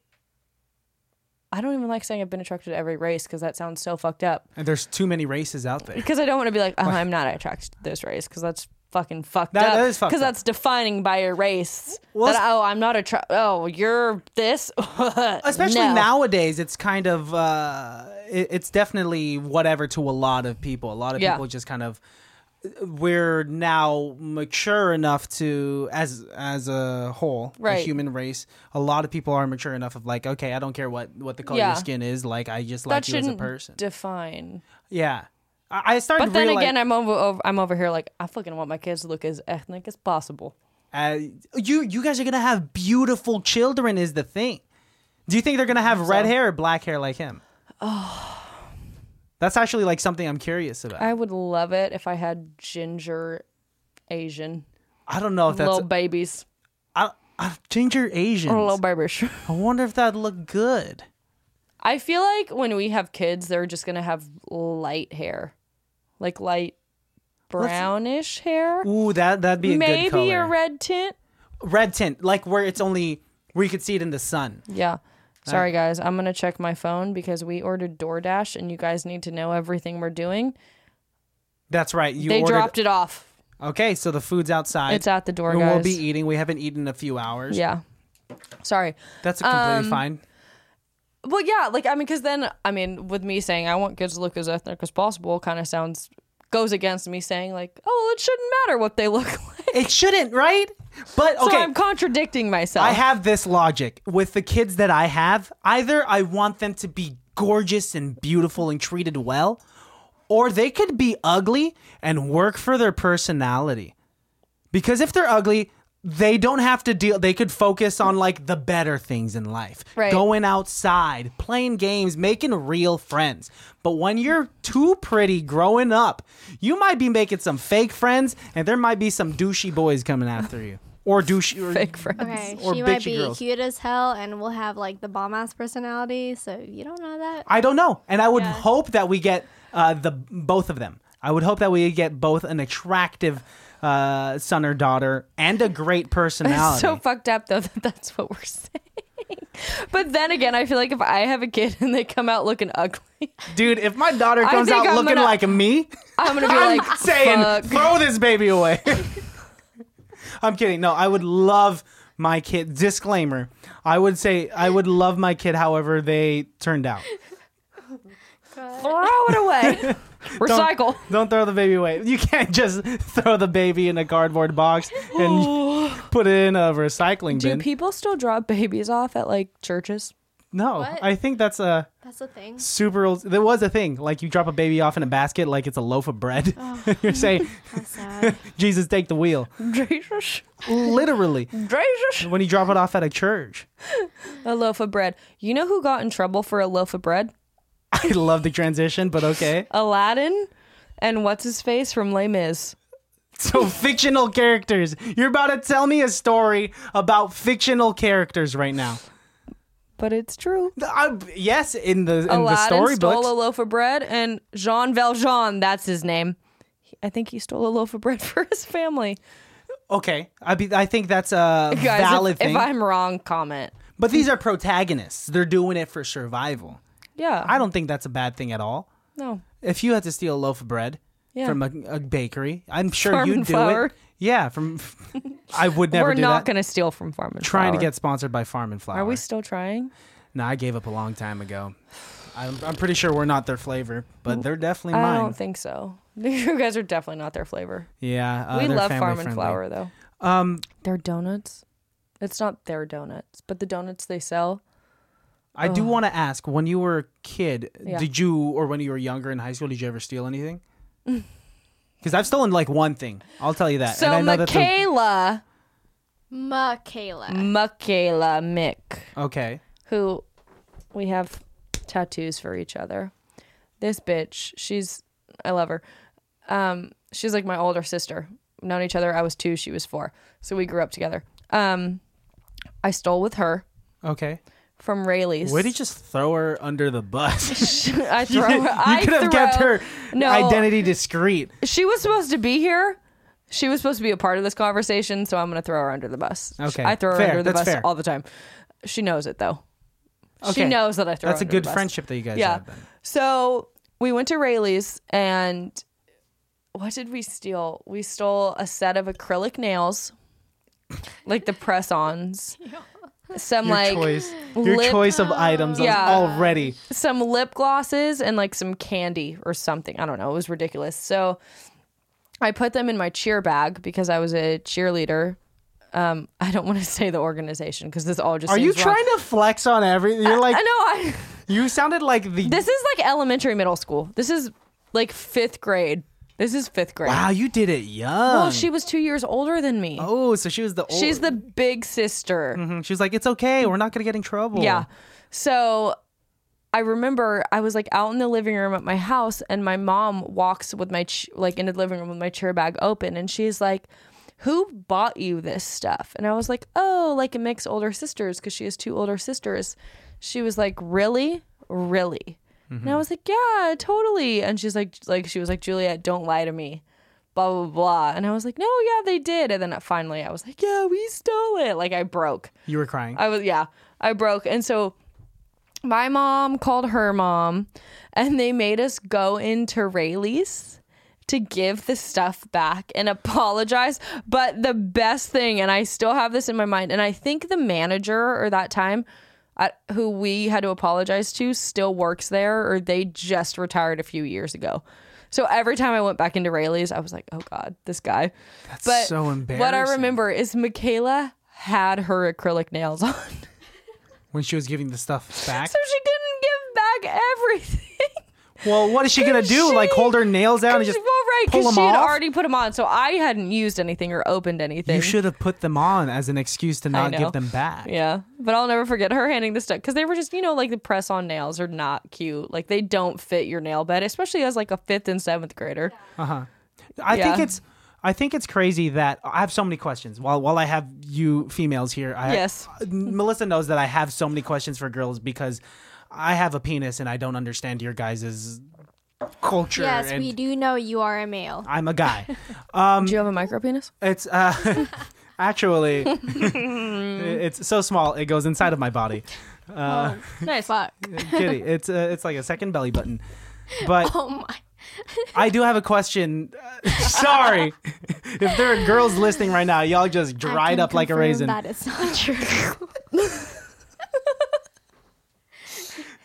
I don't even like saying I've been attracted to every race because that sounds so fucked up. And there's too many races out there. Because I don't want to be like oh I'm not attracted to this race because that's fucking fucked That- up. that is fucked Because up. that's defining by a race. Well, that, oh I'm not attracted. Oh you're this. Especially No. nowadays, it's kind of uh, it, it's definitely whatever to a lot of people. A lot of Yeah. people just kind of we're now mature enough to as as a whole a Right. human race a lot of people are mature enough of like okay i don't care what what the color of Yeah. your skin is like i just That like you as a shouldn't person define. yeah i, I started But then reali- again, I'm over, over. I'm over here like I fucking want my kids to look as ethnic as possible. Uh, you you guys are gonna have beautiful children is the thing. Do you think they're gonna have red hair or black hair like him? Oh, that's actually like something I'm curious about. I, I would love it if I had ginger Asian don't know if that's little babies I, I, ginger Asians. or little babish. I wonder if that'd look good. I feel like when we have kids, they're just gonna have light hair, like light brownish hair, Ooh, that that'd be a good maybe color. a red tint. red tint, like where it's only where you could see it in the sun. Yeah. Sorry guys, I'm gonna check my phone because we ordered DoorDash and you guys need to know everything we're doing. That's right. You they ordered. dropped it off. Okay, so the food's outside. It's at the door, And We'll guys. be eating. We haven't eaten in a few hours. Yeah. Um, Sorry. that's completely fine. Well, yeah, like I mean, because then I mean, with me saying I want kids to look as ethnic as possible, kind of sounds goes against me saying like, oh, well, it shouldn't matter what they look like. It shouldn't, right? But okay, So I'm contradicting myself. I have this logic with the kids that I have. Either I want them to be gorgeous and beautiful and treated well, or they could be ugly and work for their personality. Because if they're ugly, they don't have to deal they could focus on like the better things in life. Right. Going outside, playing games, making real friends. But when you're too pretty growing up, you might be making some fake friends and there might be some douchey boys coming after you. Or douchey or Fake friends. Okay, Or she might bitchy be girls. cute as hell and will have like the bomb ass personality, so you don't know that. I don't know, and I would Yeah. hope that we get uh, the both of them. I would hope that we get both an attractive uh, son or daughter and a great It's personality. so fucked up though that that's what we're saying. But then again, I feel like if I have a kid and they come out looking ugly, Dude, if my daughter I comes think out I'm looking gonna- like me, I'm gonna be I'm like, saying "Fuck." throw this baby away. I'm kidding. No, I would love my kid. Disclaimer: I would say I would love my kid, however they turned out. throw it away, recycle. Don't throw the baby away. You can't just throw the baby in a cardboard box and put it in a recycling Do bin. people still drop babies off at like churches? No, What? I think that's a That's the thing. super. old- There was a thing like you drop a baby off in a basket like it's a loaf of bread. Oh. You're saying, That's sad. "Jesus, take the wheel." Jesus, Literally, Jesus, when you drop it off at a church. a loaf of bread. You know who got in trouble for a loaf of bread? I love the transition, but okay. Aladdin, and what's his face from Les Mis. So fictional characters. You're about to tell me a story about fictional characters right now. But it's true. I, yes, in the in the Aladdin stole a storybooks. loaf of bread, and Jean Valjean, that's his name. He- I think he stole a loaf of bread for his family. okay, I be, I think that's a Guys, if- valid if, thing. I'm wrong, comment. but these are protagonists. They're doing it for survival. Yeah, I don't think that's a bad thing at all. no. if you had to steal a loaf of bread Yeah. from a, a bakery, I'm sure Farm you'd and do Flour. it. Yeah, from I would never We're do not that. going to steal from Farm and Trying to Flour. get sponsored by Farm and Flour. Are we still trying? No, I gave up a long time ago. I'm, I'm pretty sure we're not their flavor, but they're definitely Mm. I mine. don't think so. You guys are definitely not their flavor. yeah, uh, we they're love family Farm and friendly. Flour though. Um, Their donuts. It's not their donuts, but the donuts they sell. I do want to ask: when you were a kid, Yeah. did you, or when you were younger in high school, did you ever steal anything? Mm. Because I've stolen like one thing. I'll tell you that. So and I know that's a- Michaela, Michaela. Michaela Mick. okay. who we have tattoos for each other. This bitch, she's I love her. Um, she's like my older sister. Known each other. I was two, she was four, so we grew up together. Um, I stole with her Okay. from Rayleigh's. Why did you just throw her under the bus? I You, throw her. could- I you could have kept throw- her No. identity discreet. She was supposed to be here. She was supposed to be a part of this conversation, so I'm gonna throw her under the bus. Okay. I throw her Fair. under the That's bus fair. all the time. She knows it though. She Okay. knows that I throw. That's a her under the good bus. friendship that you guys Yeah. have. Then. So we went to Rayleigh's and what did we steal? We stole a set of acrylic nails, like the press ons. Some Your like choice, your lip- choice of items Yeah. already. some lip glosses and like some candy or something. I don't know. It was ridiculous. So I put them in my cheer bag because I was a cheerleader. Um, I don't want to say the organization because this all just Are you seems wrong. trying to flex on everything? You're like I know. I, you sounded like the this is like elementary, middle school. This is like fifth grade. This is fifth grade. wow. You did it young. Well, she was two years older than me. oh, so she was the old. She's the big sister. Mhm. She was like, it's okay. We're not gonna get in trouble. Yeah. So I remember I was like out in the living room at my house, and my mom walks with my ch- like in the living room with my chair bag open, and she's like, "Who bought you this stuff?" And I was like, "Oh, like it makes older sisters because she has two older sisters." She was like, "Really, really." And I was like, yeah, totally. And she's like, like she was like, Juliet, don't lie to me, blah blah blah. And I was like, no, yeah, they did. And then uh, finally, I was like, yeah, we stole it. Like I broke. You were crying. I was yeah, I broke. And so my mom called her mom and they made us go into Rayleigh's to give the stuff back and apologize. But the best thing, and I still have this in my mind, and I think the manager or that time I, who we had to apologize to still works there, or they just retired a few years ago. So every time I went back into Rayleigh's, I was like, oh God, this guy. That's so What I embarrassing. remember is Michaela had her acrylic nails on. when she was giving the stuff back. So she couldn't give back everything. Well, what is she gonna do? She- like hold her nails down and Well, just right, pull them because she off? had already put them on, so I hadn't used anything or opened anything. you should have put them on as an excuse to not know. give them back. Yeah, but I'll never forget her handing this stuff because they were just, you know, like the press on nails are not cute. Like they don't fit your nail bed, especially as like a fifth and seventh grader. I think Yeah. it's I think it's crazy that I have so many questions. While while I have you females here, I, Yes. Melissa knows that I have so many questions for girls because I have a penis and I don't understand your guys' culture. Yes, and we do know you are a male. I'm a guy. Um, Do you have a micro penis? It's uh, actually it's so small it goes inside of my body. Nice. Fuck. Kitty, it's uh, it's like a second belly button. But Oh my. I do have a question. Sorry, if there are girls listening right now, y'all just I dried can up like a confirm raisin. That is not true.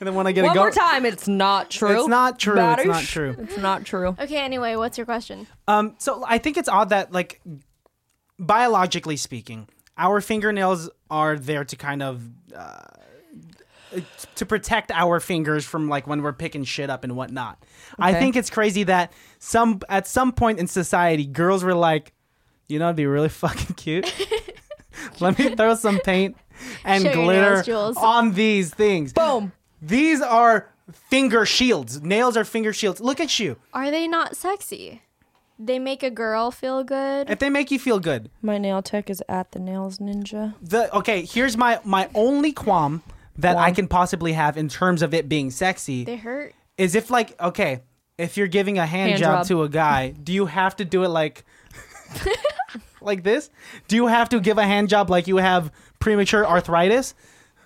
And then when I get One a go, more time, it's not true. it's not true. Batter- It's not true. It's not true. okay. Anyway, what's your question? Um, so I think it's odd that like biologically speaking, our fingernails are there to kind of uh, to protect our fingers from like when we're picking shit up and whatnot. I Okay. think it's crazy that some at some point in society, girls were like, you know, it'd be really fucking cute. Let me throw some paint and Show your glitter nails, Jules. on these things. Boom. These are finger shields. Nails are finger shields. Look at you. Are they not sexy? They make a girl feel good. If they make you feel good, My nail tech is at the nails ninja. the okay here's my my only qualm that i can possibly have in terms of it being sexy They hurt. is if like okay if you're giving a hand, Hand job, job. to a guy do you have to do it like like this do you have to give a hand job like you have premature arthritis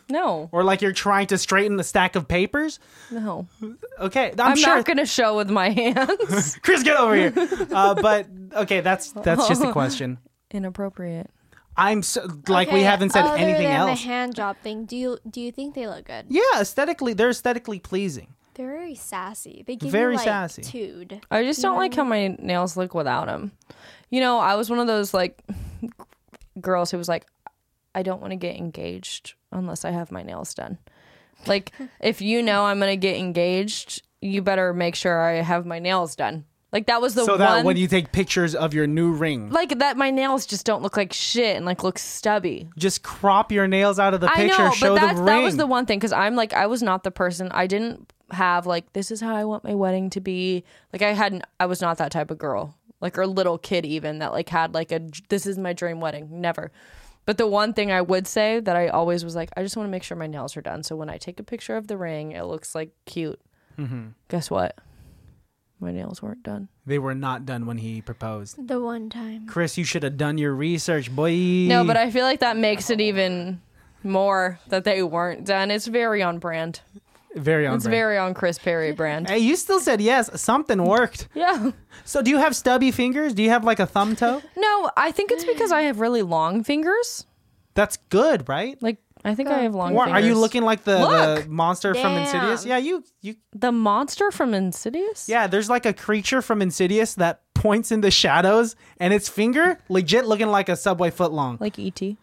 No, or like you're trying to straighten a stack of papers no. okay i'm, I'm, sure not going to show with my hands. chris get over here uh, but okay that's that's just a question Inappropriate. i'm so like we Okay, haven't said other anything than else The hand job thing. Do you do you think they look good? yeah aesthetically they're aesthetically pleasing They're very sassy. They give Very you like sassy. tude. I just don't like how my nails look without them. You know, I was one of those like girls who was like, I don't want to get engaged unless I have my nails done. Like, if you know I'm gonna get engaged, you better make sure I have my nails done. Like that was the so one. that when you take pictures of your new ring, like that, my nails just don't look like shit and like look stubby. just crop your nails out of the I picture, know, show but the that ring. that was the one thing because I'm like I was not the person. I didn't have like this is how I want my wedding to be. Like I hadn't. I was not that type of girl. Like or little kid even that like had like a this is my dream wedding. Never. But the one thing I would say that I always was like I just want to make sure my nails are done. So when I take a picture of the ring, it looks like cute. Mm-hmm. Guess what? My nails weren't done. they were not done when he proposed. The one time. Chris, you should have done your research, boy. No, but I feel like that makes it even more that they weren't done. It's very on brand. very on It's brand. very on Chris Perry brand. Hey, you still said yes. Something worked. Yeah. So, do you have stubby fingers? Do you have like a thumb toe? No, I think it's because I have really long fingers. That's good, right? Like I think I have long Or fingers. are you looking like the, Look! the monster from Insidious? Damn. Yeah, you, you, the monster from Insidious? yeah. There's like a creature from Insidious that points in the shadows, and its finger legit looking like a subway foot long. Like E ET. Ki-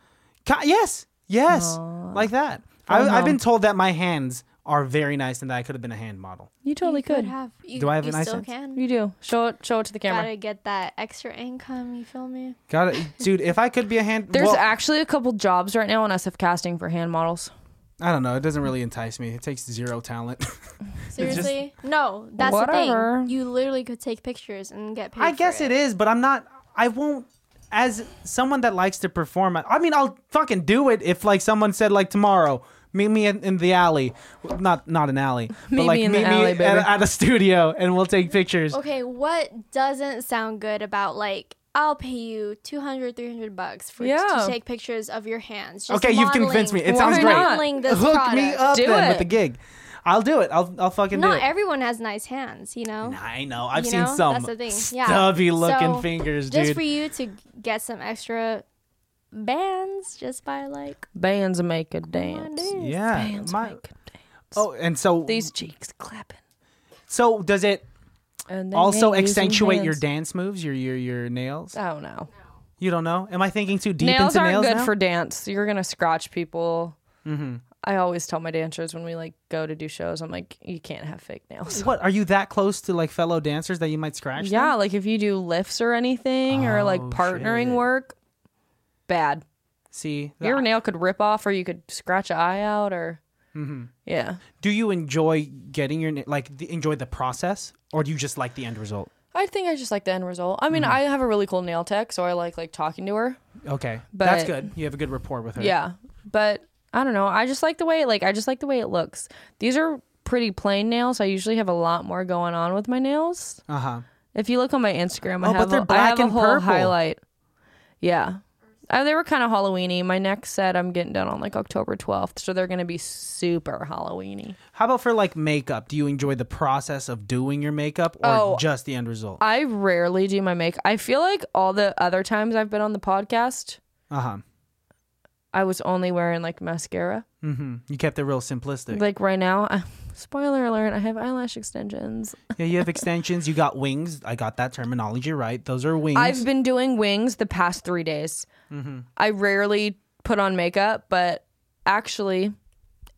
yes, yes, like that. I, I've been told that my hands are very nice and that I could have been a hand model. You totally You could could. have. You, Do I have you an eye still sense? can. You do. Show it show it to the camera. Gotta get that extra income. You feel me? Got it, dude. If I could be a hand, There's well, actually a couple jobs right now on SF casting for hand models. I don't know. It doesn't really entice me. It takes zero talent. Seriously? no, that's Whatever. the thing. You literally could take pictures and get paid. I guess for it is, but I'm not. I won't. As someone that likes to perform, I I mean, I'll fucking do it if like someone said like tomorrow. Meet me in, in the alley, Well, not not an alley, but Meet like me in the meet alley, me at, baby. at a studio and we'll take pictures. Okay, what doesn't sound good about like I'll pay you 200 300 bucks for Yeah. to take pictures of your hands. Just Okay, you've modeling- convinced me. It Why sounds great. not? Modeling this Hook product. me up Do then with it. the gig. I'll do it. I'll I'll fucking do Not it. everyone has nice hands, you know. I know. I've You seen know? some That's the thing. Yeah. stubby looking So, fingers, Just dude. for you to get some extra bands just by like Bands make a one dance. day. yeah. Bands My, make a dance. oh, and so These cheeks clapping. so does it And they also made using accentuate your hands. dance moves, your your your nails? Oh no. You don't know? Am I thinking too deep Nails into aren't nails good now? Mm-hmm. for dance. You're gonna scratch people. I always tell my dancers when we like go to do shows, I'm like, you can't have fake nails. What are you that close to like fellow dancers that you might scratch? them? Yeah, like if you do lifts or anything or like Oh, partnering shit. work, bad. See, Your nail could rip off or you could scratch an eye out or Mm-hmm. yeah. do you enjoy getting your na- like the, enjoy the process, or do you just like the end result? I think I just like the end result. I mean, Mm-hmm. I have a really cool nail tech, so I like like talking to her. Okay, But- that's good. You have a good rapport with her. Yeah, but I don't know. I just like the way like I just like the way it looks. These are pretty plain nails. I usually have a lot more going on with my nails. Uh huh. If you look on my Instagram, I Oh, but have they're a, I have black a and whole purple. highlight. Yeah. Uh, they were kind of Halloweeny. My next set I'm getting done on like October 12th, so they're gonna be super Halloweeny. How about for like makeup? Do you enjoy the process of doing your makeup, or Oh. just the end result? I rarely do my make. I feel like all the other times I've been on the podcast, Uh huh. I was only wearing like mascara. hmm You kept it real simplistic. Like right now, I, spoiler alert, I have eyelash extensions. yeah, you have extensions. You got wings. I got that terminology right. Those are wings. I've been doing wings the past three days. Mm-hmm. I rarely put on makeup, but actually,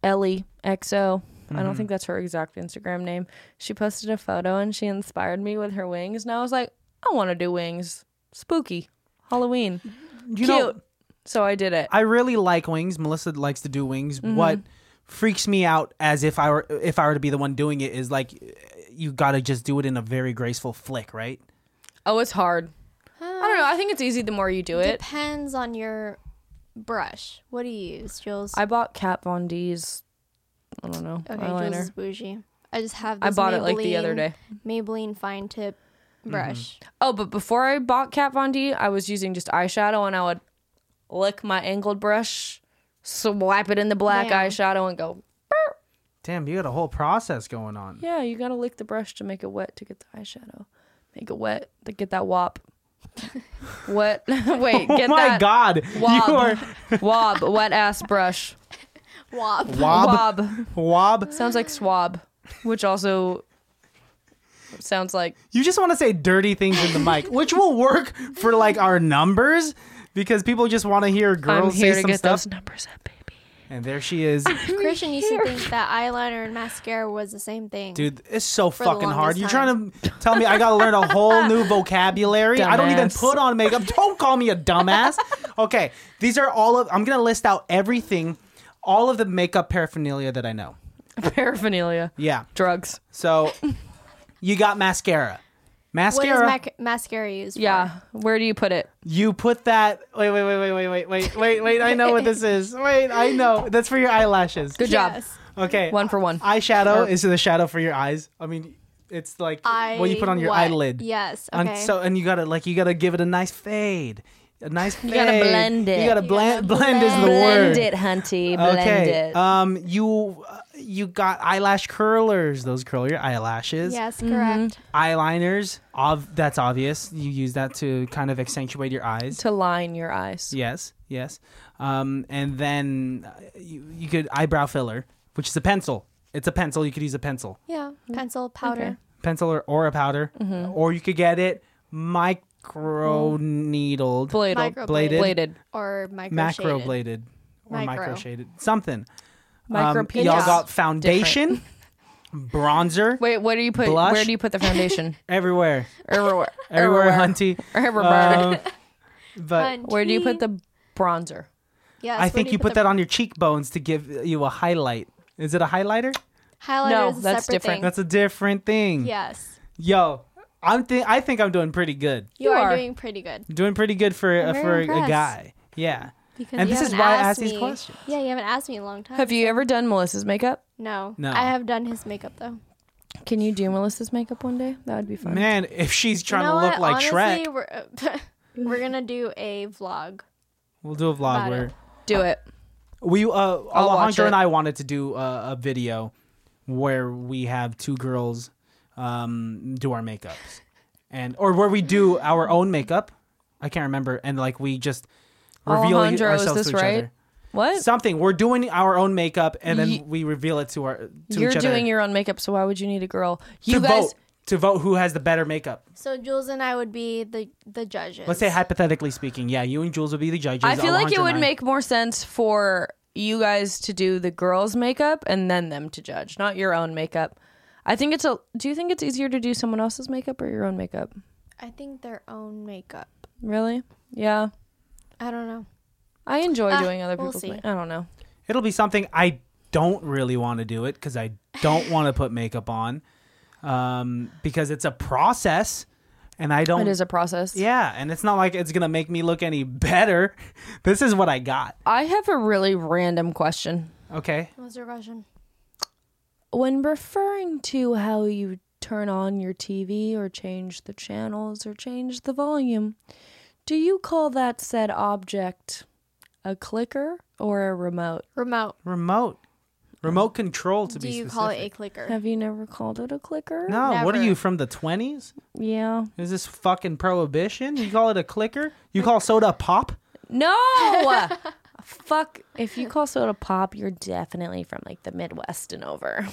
Ellie XO. I Mm-hmm. don't think that's her exact Instagram name. She posted a photo and she inspired me with her wings. And I was like, I want to do wings. Spooky. Halloween. you Cute. know, so I did it. I really like wings. Melissa likes to do wings. Mm-hmm. What freaks me out as if I were if I were to be the one doing it is like you got to just do it in a very graceful flick, right? oh, it's hard. I don't know. I think it's easy the more you do it. Depends on your brush. What do you use, Jules? I bought Kat Von D's, I don't know, okay, Jules is eyeliner. bougie. I just have. I This bought it, like, the other Maybelline- day. Maybelline fine tip Mm-hmm. brush. Oh, but before I bought Kat Von D, I was using just eyeshadow and I would lick my angled brush, swipe it in the black Damn. eyeshadow and go, Damn, you got a whole process going on. yeah, you gotta lick the brush to make it wet to get the eyeshadow. Make it wet to get that wop. what? Wait, Oh get my that god, Wob. you are wob, wet ass brush. Wop. wob Wob. wob. Sounds like swab, which also sounds like You just want to say dirty things in the mic, which will work for like our numbers because people just want to hear I'm girls here say to some get stuff. those numbers up, baby. And there she is, Christian used to think that eyeliner and mascara was the same thing. dude. It's so the fucking hard. longest You're trying to tell me I gotta learn a whole new vocabulary. I don't even Dumbass. put on makeup. Don't call me a dumbass. Okay, these are all of. I'm gonna list out everything, all of the makeup paraphernalia that I know. Paraphernalia. Yeah. Drugs. So, you got mascara. What is Mascara. mac- mascara used? for? Yeah. Where do you put it? You put that. Wait, wait, wait, wait, wait, wait, wait, wait, wait. I know what this is. Wait, I know. That's for your eyelashes. Good job. Yes. Okay. One for one. Eyeshadow is the shadow for your eyes. I mean, it's like I what you put on your what? eyelid. Yes. Okay. And so, and you gotta like you gotta give it a nice fade. A nice fade. gotta blend it. You gotta You blend. gotta blend, is the word. Blend it, hunty. Blend Okay. it. Um, you uh, you got eyelash curlers. Those curl your eyelashes. yes, Mm-hmm. correct. Eyeliners. Ob- that's obvious. You use that to kind of accentuate your eyes. to line your eyes. Yes, yes. Um, and then uh, you, you could eyebrow filler, which is a pencil. It's a pencil. You could use a pencil, Yeah. Mm-hmm. Pencil, powder. pencil or, or a powder, or you could get it micro needled, Bladed. Micro Bladed. Bladed. or micro macro shaded. bladed, or Micro. micro shaded, something. Micro um, penis. y'all got foundation, bronzer, Wait, what do you put? Blush. Where do you put the foundation? everywhere, everywhere. everywhere, hunty. Everywhere. Um, but Fun. Where do you put the bronzer? Yes, I where think do you put the that on your cheekbones to give you a highlight. Is it a highlighter? Highlighter No, is a that's separate different. Thing. That's a different thing. yes. Yo, I'm think I think I'm doing pretty good. You, You are, are. doing pretty good. Doing pretty good for uh, very for a impressed. guy. Yeah. Because And you this is haven't why I asked ask these me- questions. Yeah, you haven't asked me in a long time. Have you ever done Melissa's makeup? No. No. I have done his makeup though. Can you do Melissa's makeup one day? That would be fun. Man, if she's trying you know to look what? like Honestly, Shrek, We're, we're gonna do a vlog. we'll do a vlog about where it. Do it. we uh watch Alejandro and it. I wanted to do uh, a video where we have two girls um do our makeups. And or where we do our own makeup. I can't remember and like we just reveal e-, Alejandro, is ourselves this to each right? other. What? Something. We're doing our own makeup and then Ye- we reveal it to our to You're each other. doing your own makeup, so why would you need a girl? You to guys. vote to vote who has the better makeup. So Jules and I would be the the judges. Let's say hypothetically speaking, yeah, you and Jules will be the judges. I feel like it Alejandro would and I- make more sense for you guys to do the girls' makeup and then them to judge, not your own makeup. I think it's a. Do you think it's easier to do someone else's makeup or your own makeup? I think their own makeup. Really? Yeah. I don't know. I enjoy Ah, doing other we'll people's. see. ma- I don't know. It'll be something I don't really want to do it because I don't want to put makeup on um, because it's a process, and I don't. It is a process. Um, yeah, and it's not like it's gonna make me look any better. This is what I got. I have a really random question. Okay. What's your question? When referring to how you turn on your TV or change the channels or change the volume, do you call that said object a clicker or a remote? Remote. Remote. Remote control to Do be you specific. call it a clicker? Have you never called it a clicker? no, what are Never. you from the twenties? Yeah. Is this fucking prohibition? You call it a clicker? You call soda pop? No! Fuck. If you call soda pop, you're definitely from like the Midwest and over.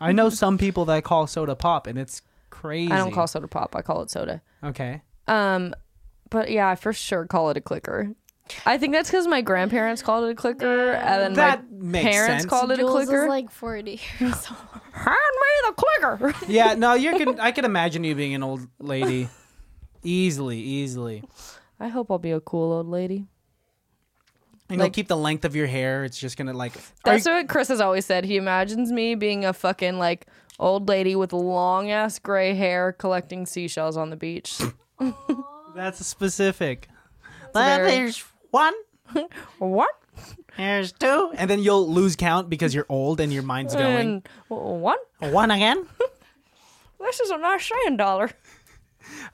I know some people that call soda pop, and it's crazy. I don't call soda pop, I call it soda. Okay. Um, but yeah, I for sure call it a clicker. I think that's because my grandparents called it a clicker, and then That my makes parents sense. called it a Jules clicker. is like 40 years old. Hand me the clicker. Yeah. No, you can. I can imagine you being an old lady, easily, easily. I hope I'll be a cool old lady. And you'll keep the length of your hair. It's just gonna like. are That's what Chris has always said. He imagines me being a fucking like old lady with long ass gray hair collecting seashells on the beach. you- that's specific. very- There's one. what? There's two. And then you'll lose count because you're old and your mind's going And what? one again. This is a nice sand dollar.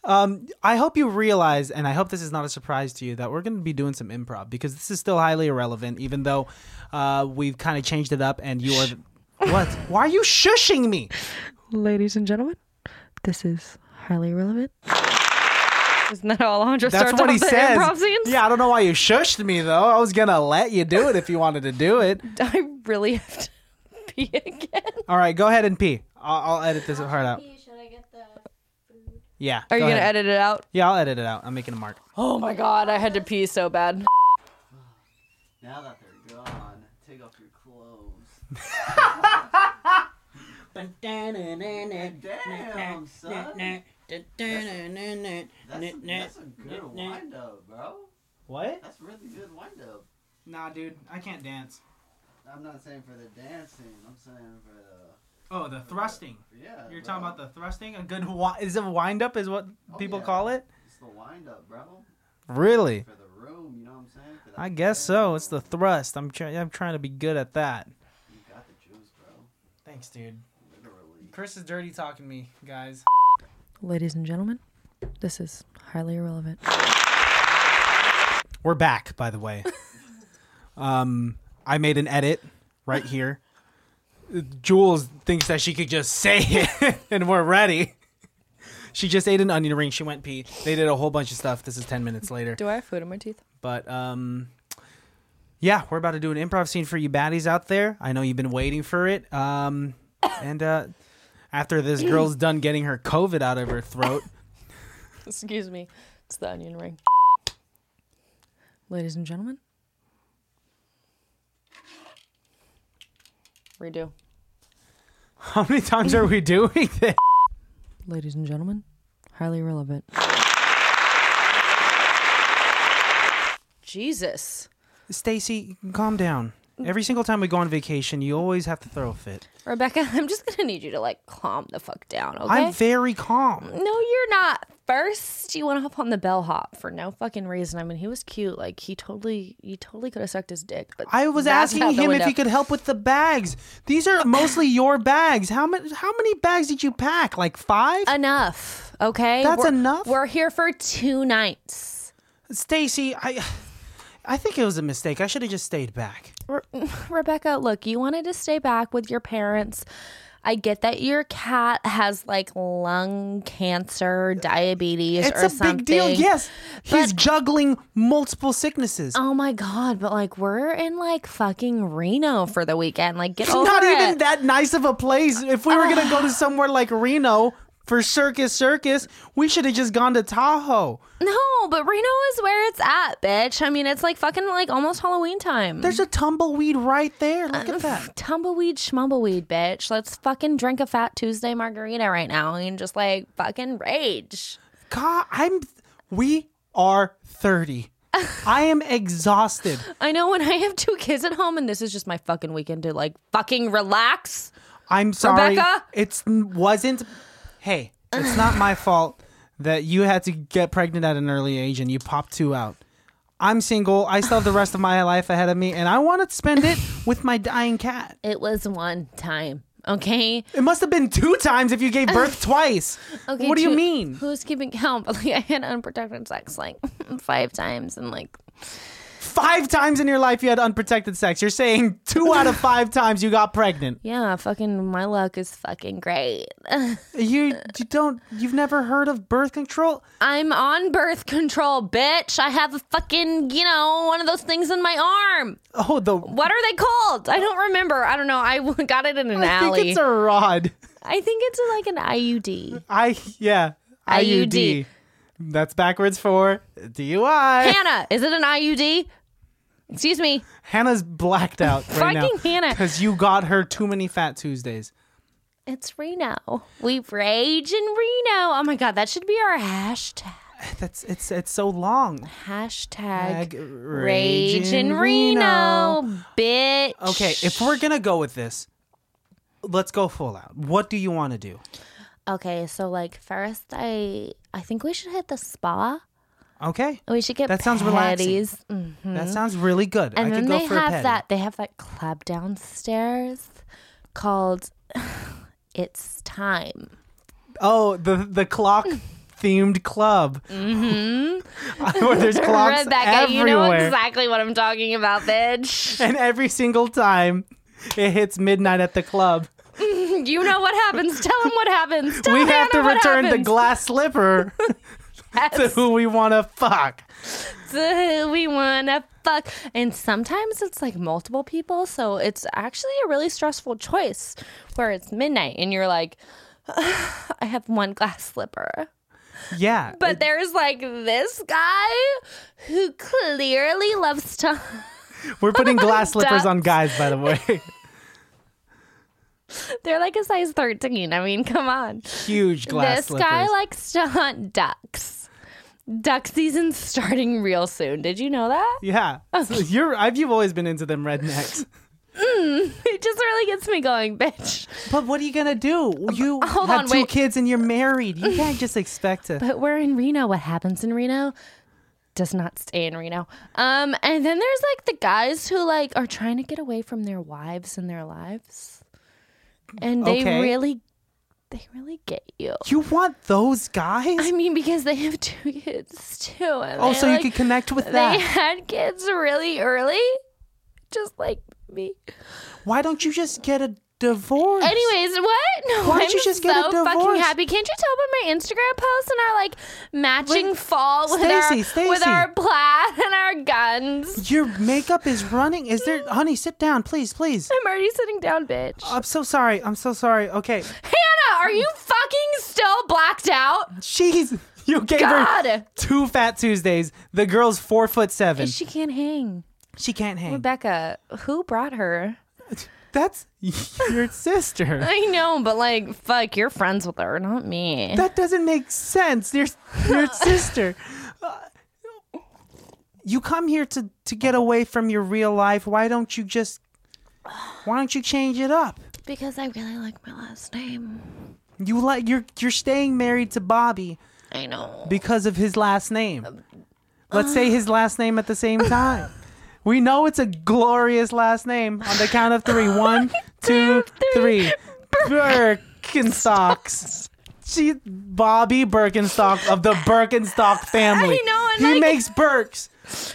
I hope you realize, and I hope this is not a surprise to you, that we're going to be doing some improv because this is still highly irrelevant, even though uh, we've kind of changed it up. And you are the, what? Why are you shushing me? Ladies and gentlemen, this is highly relevant. Isn't that how Alejandro That's starts what off he the says. improv scenes? Yeah, I don't know why you shushed me though. I was gonna let you do it if you wanted to do it. I really have to pee again. All right, go ahead and pee. I'll, I'll edit this part out. Should I get the Yeah. Are you go going to ahead. edit it out? Yeah, I'll edit it out. I'm making a mark. Oh my god, I had to pee so bad. Now that they're gone, take off your clothes. Damn, son. That's a, that's a good wind up, bro. What? That's really good wind up. Nah, dude, I can't dance. I'm not saying for the dancing. I'm saying for the Oh, the thrusting. yeah. You're bro. talking about the thrusting. A good wi- is a wind up is what people yeah. call it. It's the wind up, bro. Really? For the room, you know what I'm saying? For that I guess so. It's the thrust. I'm trying. I'm trying to be good at that. You got the juice, bro. Thanks, dude. Literally. Chris is dirty talking me, guys. Ladies and gentlemen, this is highly irrelevant. We're back, by the way. um, I made an edit right here. Jules thinks that she could just say it, and we're ready. She just ate an onion ring. She went pee. They did a whole bunch of stuff. This is ten minutes later. Do I have food in my teeth? But um, yeah, we're about to do an improv scene for you baddies out there. I know you've been waiting for it. Um, and uh, after this girl's done getting her COVID out of her throat, Excuse me. It's the onion ring. Ladies and gentlemen. Redo. how many times are we doing this? Ladies and gentlemen, highly relevant. Jesus. Stacy, calm down. Every single time we go on vacation, you always have to throw a fit. Rebecca, I'm just gonna need you to like calm the fuck down, okay? I'm very calm. no, you're not. First, you want to hop on the bellhop for no fucking reason. I mean, he was cute. Like he totally, he totally could have sucked his dick. But I was that's out asking the him if window. he could help with the bags. These are mostly your bags. How many? How many bags did you pack? Like five? Enough, okay? That's We're- enough? We're here for two nights. Stacy, I I think it was a mistake. I should have just stayed back. Re- Rebecca, look, you wanted to stay back with your parents. I get that your cat has like lung cancer, diabetes, It's or a something. big deal. Yes. He's juggling multiple sicknesses. Oh my god! But like, we're in like fucking Reno for the weekend. Like, get over Not it. Ah. even that nice of a place. If we were going to go to somewhere like Reno for Circus Circus. We should have just gone to Tahoe. No, but Reno is where it's at, bitch. I mean, it's like fucking like almost Halloween time. There's a tumbleweed right there. Look at Uh, that. tumbleweed schmumbleweed, bitch. Let's fucking drink a Fat Tuesday margarita right now and just like fucking rage. God, I'm. We are thirty. I am exhausted. I know when I have two kids at home and this is just my fucking weekend to like fucking relax. I'm sorry. Rebecca? It wasn't. Hey, it's not my fault that you had to get pregnant at an early age and you popped two out. I'm single. I still have the rest of my life ahead of me, and I want to spend it with my dying cat. It was one time. Okay. It must have been two times if you gave birth twice. okay what do you two- mean? Who's keeping count? But like I had unprotected sex like five times and like Five times in your life you had unprotected sex. You're saying two out of five times you got pregnant. yeah, fucking my luck is fucking great. You you don't you've never heard of birth control? I'm on birth control, bitch. I have a fucking, you know, one of those things in my arm. Oh, the What are they called? I don't remember. I don't know. I got it in an I alley. think it's a rod. I think it's like an IUD. I yeah. IUD. That's backwards for DUI. Hannah, is it an IUD? Excuse me. Hannah's blacked out right now. Fucking Hannah. Because you got her too many fat Tuesdays. It's Reno. We rage in Reno. Oh my god, that should be our hashtag. That's it's it's so long. Hashtag Rage rage in in Reno, bitch. Okay, if we're gonna go with this, let's go full out. What do you want to do? Okay, so like first, I I think we should hit the spa. Okay, We should get That sounds relaxing. Patties. Mm. that sounds really good. I And could then go they for a have pet. that they have that club downstairs called It's Time. Oh, the the clock themed club. Mm-hmm. Where there's clocks Rebecca, you everywhere, know exactly what I'm talking about, bitch. and every single time it hits midnight at the club, you know what happens. Tell him what happens. Tell we have to Hannah what return the happens. glass slipper to Yes. who we want to fuck. to who we wanna fuck. And sometimes it's like multiple people, so it's actually a really stressful choice where it's midnight and you're like, I have one glass slipper. Yeah, But there's like this guy who clearly loves to. we're putting glass slippers on guys, by the way. They're like a size 13. I mean, come on. Huge glass this slippers. guy likes to hunt ducks. Duck season's starting real soon. Did you know that? yeah, Oh. So you're. I've, you've always been into them rednecks. It just really gets me going, bitch. But what are you gonna do? You Hold have on, two wait. kids and you're married. You can't just expect to. But we're in Reno. What happens in Reno does not stay in Reno. Um, and then there's like the guys who like are trying to get away from their wives and their lives, and they Okay. really, they really get you. you want those guys? I mean, because they have two kids too. And oh, they, so like, you could connect with They that. had kids really early, just like me. Why don't you just get a divorce? Anyways, what? No, Why don't I'm you just so get a fucking divorce? happy. Can't you tell by my Instagram posts and our like matching fall with Stacey, our Stacey. with our plaid and our guns? your makeup is running. Is there, honey? Sit down, please, please. I'm already sitting down, bitch. I'm so sorry. I'm so sorry. Okay, Hannah, are um, you fucking still blacked out? jeez, you gave her God. two Fat Tuesdays. The girl's four foot seven. She, She can't hang. can't hang. Becca, who brought her? That's your sister. I know, but like, fuck, you're friends with her, not me. that doesn't make sense. Your your sister. Uh, you come here to to get away from your real life. Why don't you just? Why don't you change it up? because I really like my last name. You like you're you're staying married to Bobby. I know. because of his last Um, name. Let's say his last name at the same time. We know it's a glorious last name. On the count of three. One, two, three. Birkenstocks. She, Bobby Birkenstock of the Birkenstock family. I know, and he like- makes Birks.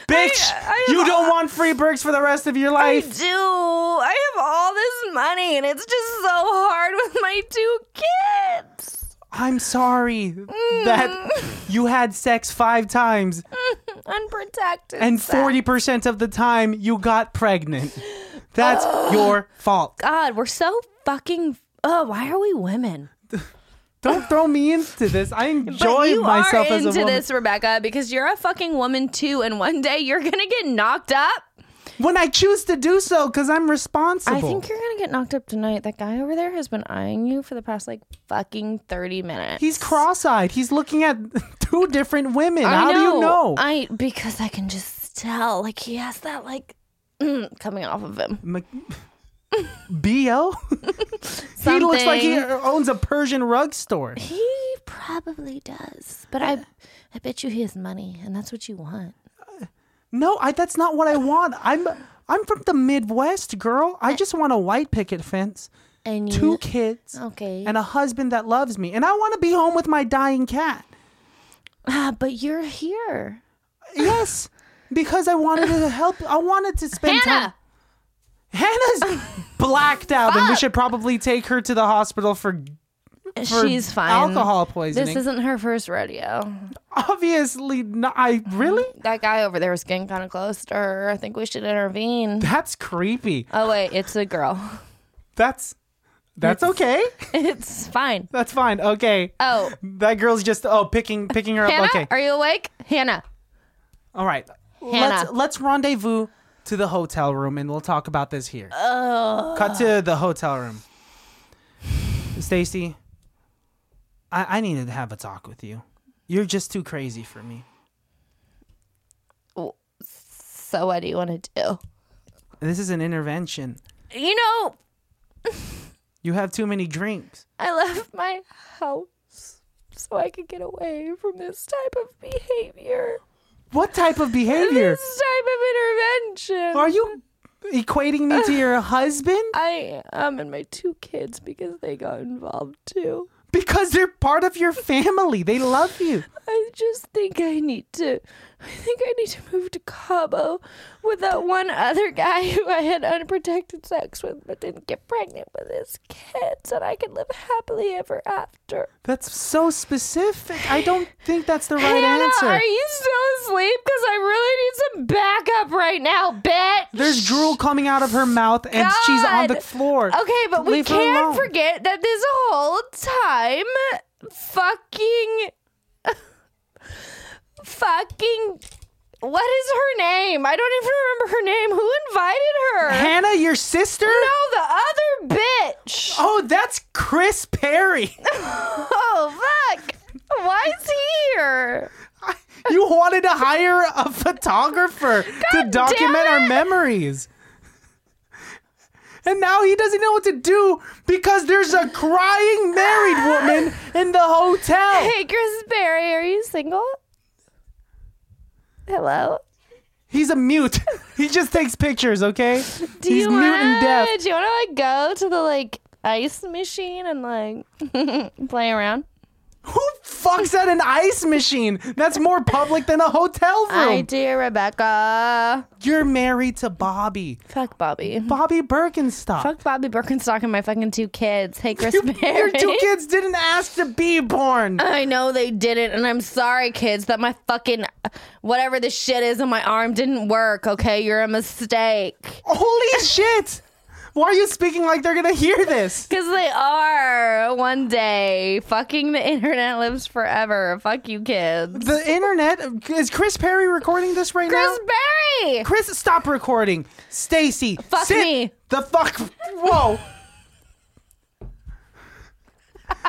Bitch, I- you don't want free Birks for the rest of your I life. do. I have all this money, and it's just so hard with my two kids. I'm sorry Mm. that you had sex five times Unprotected. and sex. forty percent of the time you got pregnant. That's your fault. God, we're so fucking. Oh, why are we women? Don't throw me into this. I But enjoy you myself are as a into woman. this, Rebecca, because you're a fucking woman too, and one day you're gonna get knocked up. When I choose to do so, because I'm responsible. I think you're gonna get knocked up tonight. That guy over there has been eyeing you for the past like fucking thirty minutes. He's cross-eyed. He's looking at two different women. I How do you know? I because I can just tell. Like he has that like mm, coming off of him. I'm like, Bo. he looks like he Something. owns a Persian rug store. He probably does, but I, I bet you he has money, and that's what you want. No, I, that's not what I want. I'm I'm from the Midwest, girl. I just want a white picket fence, And you, two kids, okay, and a husband that loves me, and I want to be home with my dying cat. ah, but you're here. Yes, because I wanted to help. I wanted to spend time. Hannah! Hannah's blacked out, and we should probably take her to the hospital for for She's fine. alcohol poisoning. This isn't her first rodeo. obviously not. I really. That guy over there was getting kind of close to her. I think we should intervene. That's creepy. Oh wait, it's a girl. That's that's okay. It's fine. That's fine. Okay. Oh, That girl's just oh picking picking her up. Hannah, Okay. are you awake? Hannah. All right. Let's Hannah. let's rendezvous to the hotel room and we'll talk about this here. Cut to the hotel room. Stacy, I, I need to have a talk with you. You're just too crazy for me. So what do you want to do? This is an intervention. You know, You have too many drinks. I left my house so I could get away from this type of behavior. What type of behavior? This type of intervention. Are you equating me to your husband? I am and my two kids because they got involved too. Because they're part of your family. They love you. I just think I need to. I think I need to move to Cabo with that one other guy who I had unprotected sex with, but didn't get pregnant with his kids, and I could live happily ever after. That's so specific. I don't think that's the right Hannah, answer. are you still asleep? Because I really need some backup right now, bitch. There's drool coming out of her mouth and she's on the God. floor. Okay, but we Leave her alone. can't forget that this whole time, fucking, fucking, what is her name? I don't even remember her name. Who invited her? Hannah, your sister? no, the other bitch. Oh, that's Chris Perry. Oh fuck! Why is he here? you wanted to hire a photographer to document our it. memories. And now he doesn't know what to do because there's a crying married woman in the hotel. Hey, Chris Berry, are you single? Hello. He's a mute. he just takes pictures, okay? Do He's you mute wanna, and deaf. Do you want to like go to the like ice machine and like play around? Who fucks at an ice machine? That's more public than a hotel room. I do, Rebecca. You're married to Bobby. Fuck Bobby. Bobby Birkenstock. Fuck Bobby Birkenstock and my fucking two kids. Hey, Chris Berry. Your two kids didn't ask to be born. I know they didn't, and I'm sorry, kids, that my fucking whatever this shit is on my arm didn't work. Okay, you're a mistake. Holy shit! Why are you speaking like they're gonna hear this? Because they are one day. Fucking the internet lives forever. Fuck you, kids. The internet is Chris Perry recording this right now? Chris Berry! Chris, stop recording. Stacy, Fuck sit me. The fuck. Whoa.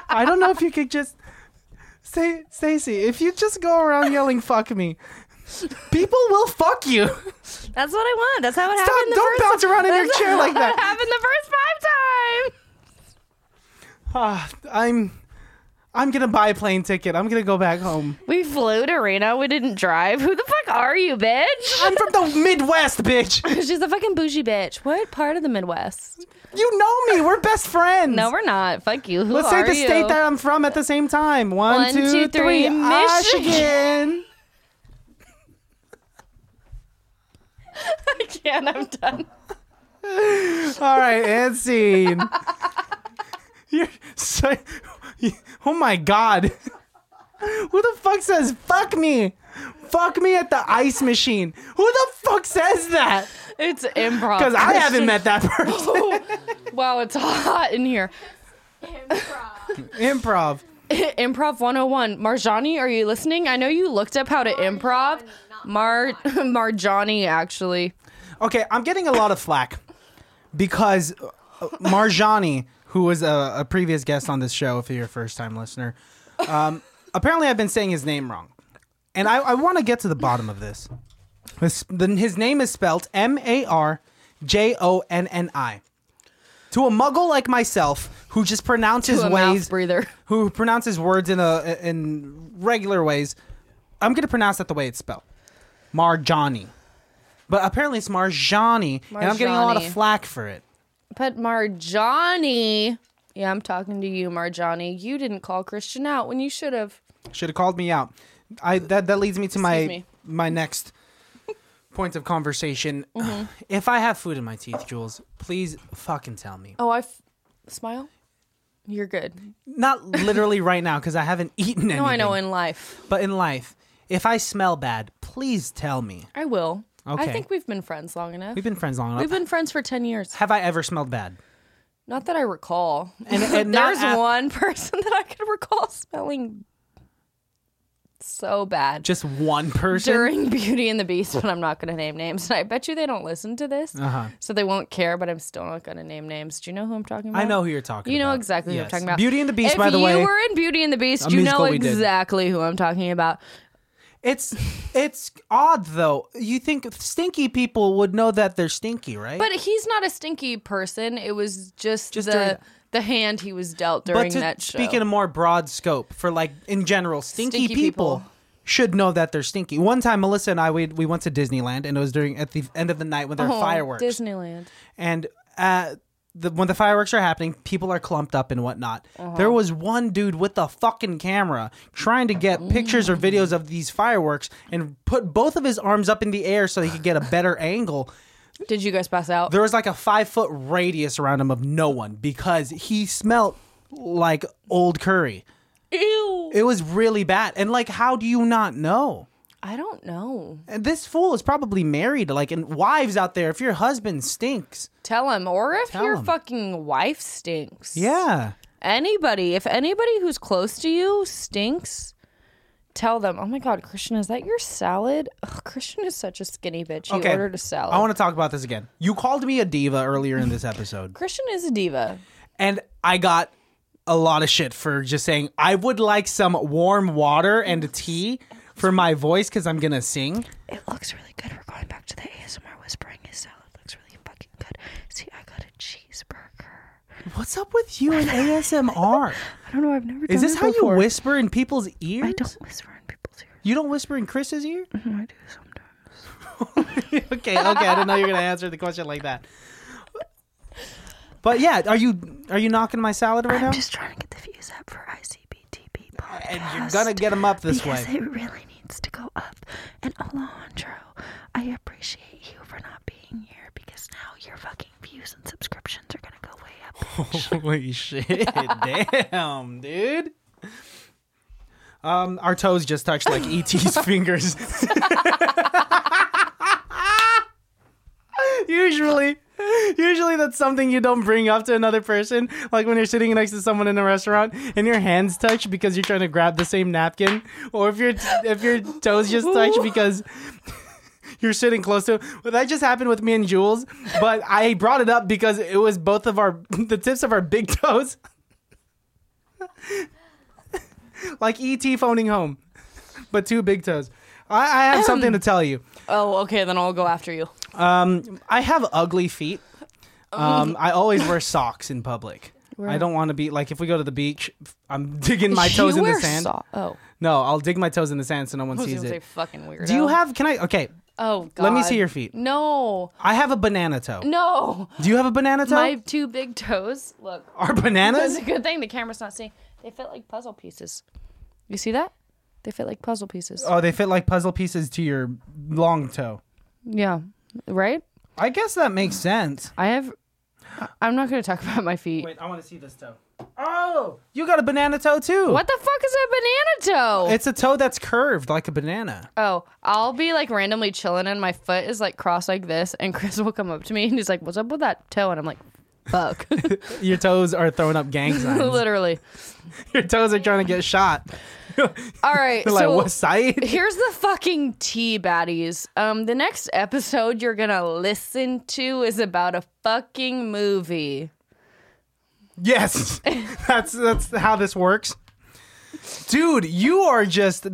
I don't know if you could just say, Stacy, if you just go around yelling "fuck me," people will fuck you. That's what I want. That's how it Stop! happened. The Don't first bounce around in your chair like That that. happened the first five times. Ah, I'm, I'm gonna buy a plane ticket. I'm gonna go back home. We flew to Reno. We didn't drive. Who the fuck are you, bitch? I'm from the Midwest, bitch. She's a fucking bougie bitch. What part of the Midwest? You know me. We're best friends. No, we're not. Fuck you. Who Let's say are the you? state that I'm from at the same time. One, One, two, three. two, three, Michigan. I can't. I'm done. All right, and scene. You're so, oh my god. Who the fuck says fuck me? Fuck me at the ice machine. Who the fuck says that? It's improv. Because I haven't met that person. Wow, it's hot in here. Improv. improv 101. Marjani, are you listening? I know you looked up how to improv. Mar Marjani actually. Okay, I'm getting a lot of flack because uh, Marjani, who was a, a previous guest on this show, if you're a first time listener, um, apparently I've been saying his name wrong. And I, I want to get to the bottom of this. This- the- his name is spelled M A R J O N N I. To a muggle like myself, who just pronounces To a mouth ways, breather. who pronounces words in a in regular ways, I'm gonna pronounce that the way it's spelled, Marjani. But apparently it's Marjani, and I'm getting a lot of Marjani. flack for it. But Marjani, yeah, I'm talking to you, Marjani. You didn't call Christian out when you should have. Should have called me out. I that that leads me to my me. my next point of conversation. Mm-hmm. If I have food in my teeth, Jules, please fucking tell me. Oh, I f- smile. You're good. Not literally right now because I haven't eaten anything. No, I know in life. but in life, if I smell bad, please tell me. I will. I Okay. think we've been friends long enough. We've been friends long enough. We've been friends for 10 years. have I ever smelled bad? Not that I recall. And, and not There's af- one person that I could recall smelling so bad Just one person. during Beauty and the Beast, but I'm not going to name names. And I bet you they don't listen to this, Uh-huh. so they won't care. But I'm still not going to name names. Do you know who I'm talking about? I know who you're talking You about. know exactly who I'm Yes. talking about. Beauty and the Beast, If by the way. you were in Beauty and the Beast, A you know musical we did. exactly who I'm talking about. It's it's odd though. You think stinky people would know that they're stinky, right? But he's not a stinky person. It was just, Just the during- the hand he was dealt But during to that show. speak in a more broad scope for like in general, stinky, Stinky people, people. should know that they're stinky. One time, Melissa and I we we went to Disneyland, and it was during at the end of the night when there Oh, are fireworks. Disneyland. and uh, the, when the fireworks are happening, people are clumped up and whatnot. There was one dude with a fucking camera trying to get pictures or videos of these fireworks and put both of his arms up in the air so he could get a better angle. Did you guys pass out? There was like a five foot radius around him of no one because he smelt like old curry. Ew. It was really bad. And like, how do you not know? I don't know. And this fool is probably married. Like, and wives out there, if your husband stinks, Tell him, or if your him. fucking wife stinks. yeah. Anybody, if anybody who's close to you stinks, tell them. Oh my God, Christian, is that your salad? Ugh, Christian is such a skinny bitch. He ordered a salad. I want to talk about this again. You called me a diva earlier in this episode, Christian is a diva. and I got a lot of shit for just saying I would like some warm water and tea for my voice because I'm gonna sing. It looks really good. We're going back to the ASMR whispering. His salad looks really fucking good. See, I got a cheeseburger. What's up with you and ASMR? I don't know. I've never done Is this it how you before. whisper in people's ears? I don't whisper in people's ears. You don't whisper in Chris's ear? Oh, I do sometimes. okay, okay. I didn't know you were gonna answer the question like that. But yeah, are you are you knocking my salad right now? I'm just trying to get the views up for ICBTB podcast. and you're gonna get them up this way. because it really needs to go up. And Alejandro, I appreciate you for not being here because now your fucking views and subscriptions are gonna go way up. Holy shit. Damn, dude. Um, our toes just touched like E.T.'s fingers. usually, usually that's something you don't bring up to another person. Like when you're sitting next to someone in a restaurant and your hands touch because you're trying to grab the same napkin, or if your if your toes just touch because you're sitting close to. Well, that just happened with me and Jules, but I brought it up because it was both of our the tips of our big toes, like ET phoning home, but two big toes. I, I have something Um, to tell you. Um, Oh, okay. Then I'll go after you. I have ugly feet. Oh. Um, I always wear socks in public. I don't want to be like if we go to the beach, I'm digging my toes you in the wear sand. saw- oh, no, I'll dig my toes in the sand so no one I was sees gonna say it. fucking weirdo. Do you have? Can I? Okay, Oh God. let me see your feet. No, I have a banana toe. no. Do you have a banana toe? My two big toes. Look, Are that's bananas? a good thing the camera's not seeing. They fit like puzzle pieces. You see that? They fit like puzzle pieces. Oh, they fit like puzzle pieces to your long toe. Yeah. Right. I guess that makes sense. I have. I- I'm not gonna talk about my feet. I want to see this toe. Oh, you got a banana toe too. What the fuck is a banana toe? It's a toe that's curved like a banana. Oh, I'll be like randomly chilling and my foot is like crossed like this, and Chris will come up to me and he's like, "What's up with that toe?" And I'm like, Fuck. Your toes are throwing up gang signs. Literally. Your toes are trying to get shot. All right. They're like, so what side? here's the fucking tea baddies. Um, the next episode you're gonna listen to is about a fucking movie. Yes, that's that's how this works. Dude, you are just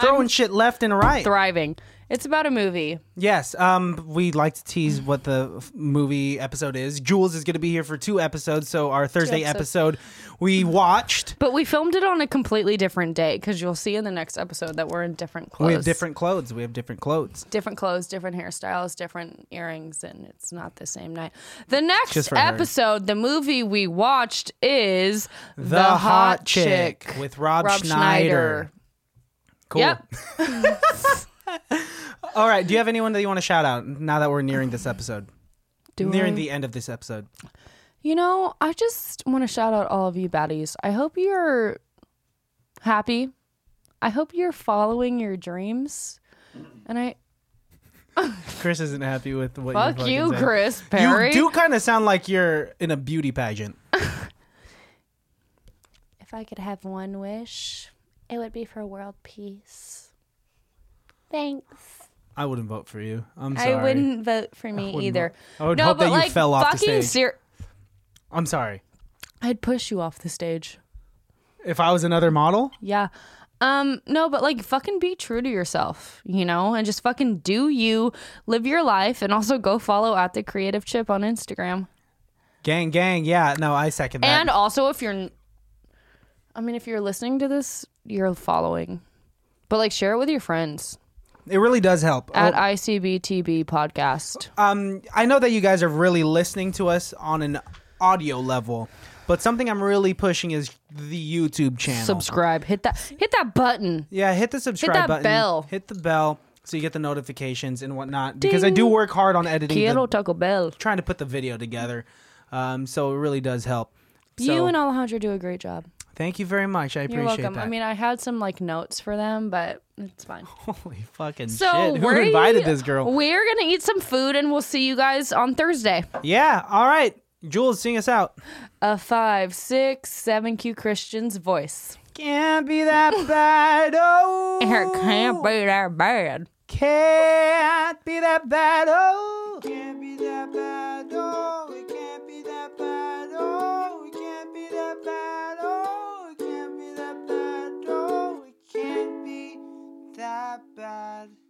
throwing shit left and right. Thriving. It's about a movie. yes, um, we like to tease what the f- movie episode is. Jules is going to be here for two episodes, so our Thursday episode we watched. But we filmed it on a completely different day because you'll see in the next episode that we're in different clothes. We have different clothes. We have different clothes. different clothes, different hairstyles, different earrings, and it's not the same night. The next Just for her. episode, the movie we watched is The, with Rob, Rob Schneider. Schneider. Cool. Yep. All right. Do you have anyone that you want to shout out now that we're nearing this episode? nearing the end of this episode. You know, I just want to shout out all of you baddies. I hope you're happy. I hope you're following your dreams. And I Chris isn't happy with what you're fuck fucking you, saying. Chris Perry. You do kind of sound like you're in a beauty pageant. if I could have one wish, It would be for world peace. Thanks. I wouldn't vote for you. I'm sorry. I wouldn't vote for me wouldn't either. vote. I would no, hope but that you like fell off the fucking stage. ser- I'm sorry. I'd push you off the stage. If I was another model, Yeah. Um, no, but like fucking be true to yourself, you know, and just fucking do you live your life and also go follow at the creative chip on Instagram. gang, gang, yeah. No, I second that. And also if you're n- I mean if you're listening to this, you're following. But like share it with your friends it really does help. at Oh, ICBTB podcast. um, I know that you guys are really listening to us on an audio level, but something I'm really pushing is the YouTube channel. Subscribe. Hit that hit that button. Yeah, hit the subscribe that button. bell. Hit the bell so you get the notifications and whatnot. Because I do Ding. work hard on editing, the- Quiero Taco Bell. trying to put the video together. Um, so it really does help. you So- and Alejandro do a great job. Thank you very much. I You're appreciate welcome. that. I mean, I had some like notes for them, but it's fine. holy fucking So shit! Who we're invited this girl? We're gonna eat some food, and we'll see you guys on Thursday. Yeah. All right, Jules, sing us out. A five, six, seven Q Christian's voice. Can't be that bad. Oh, It can't be that bad. can't be that bad. Oh. can't be that bad. Oh, it can't be that bad. Oh, it can't be that bad. Oh, it can't be that bad. Oh, it can't be that bad.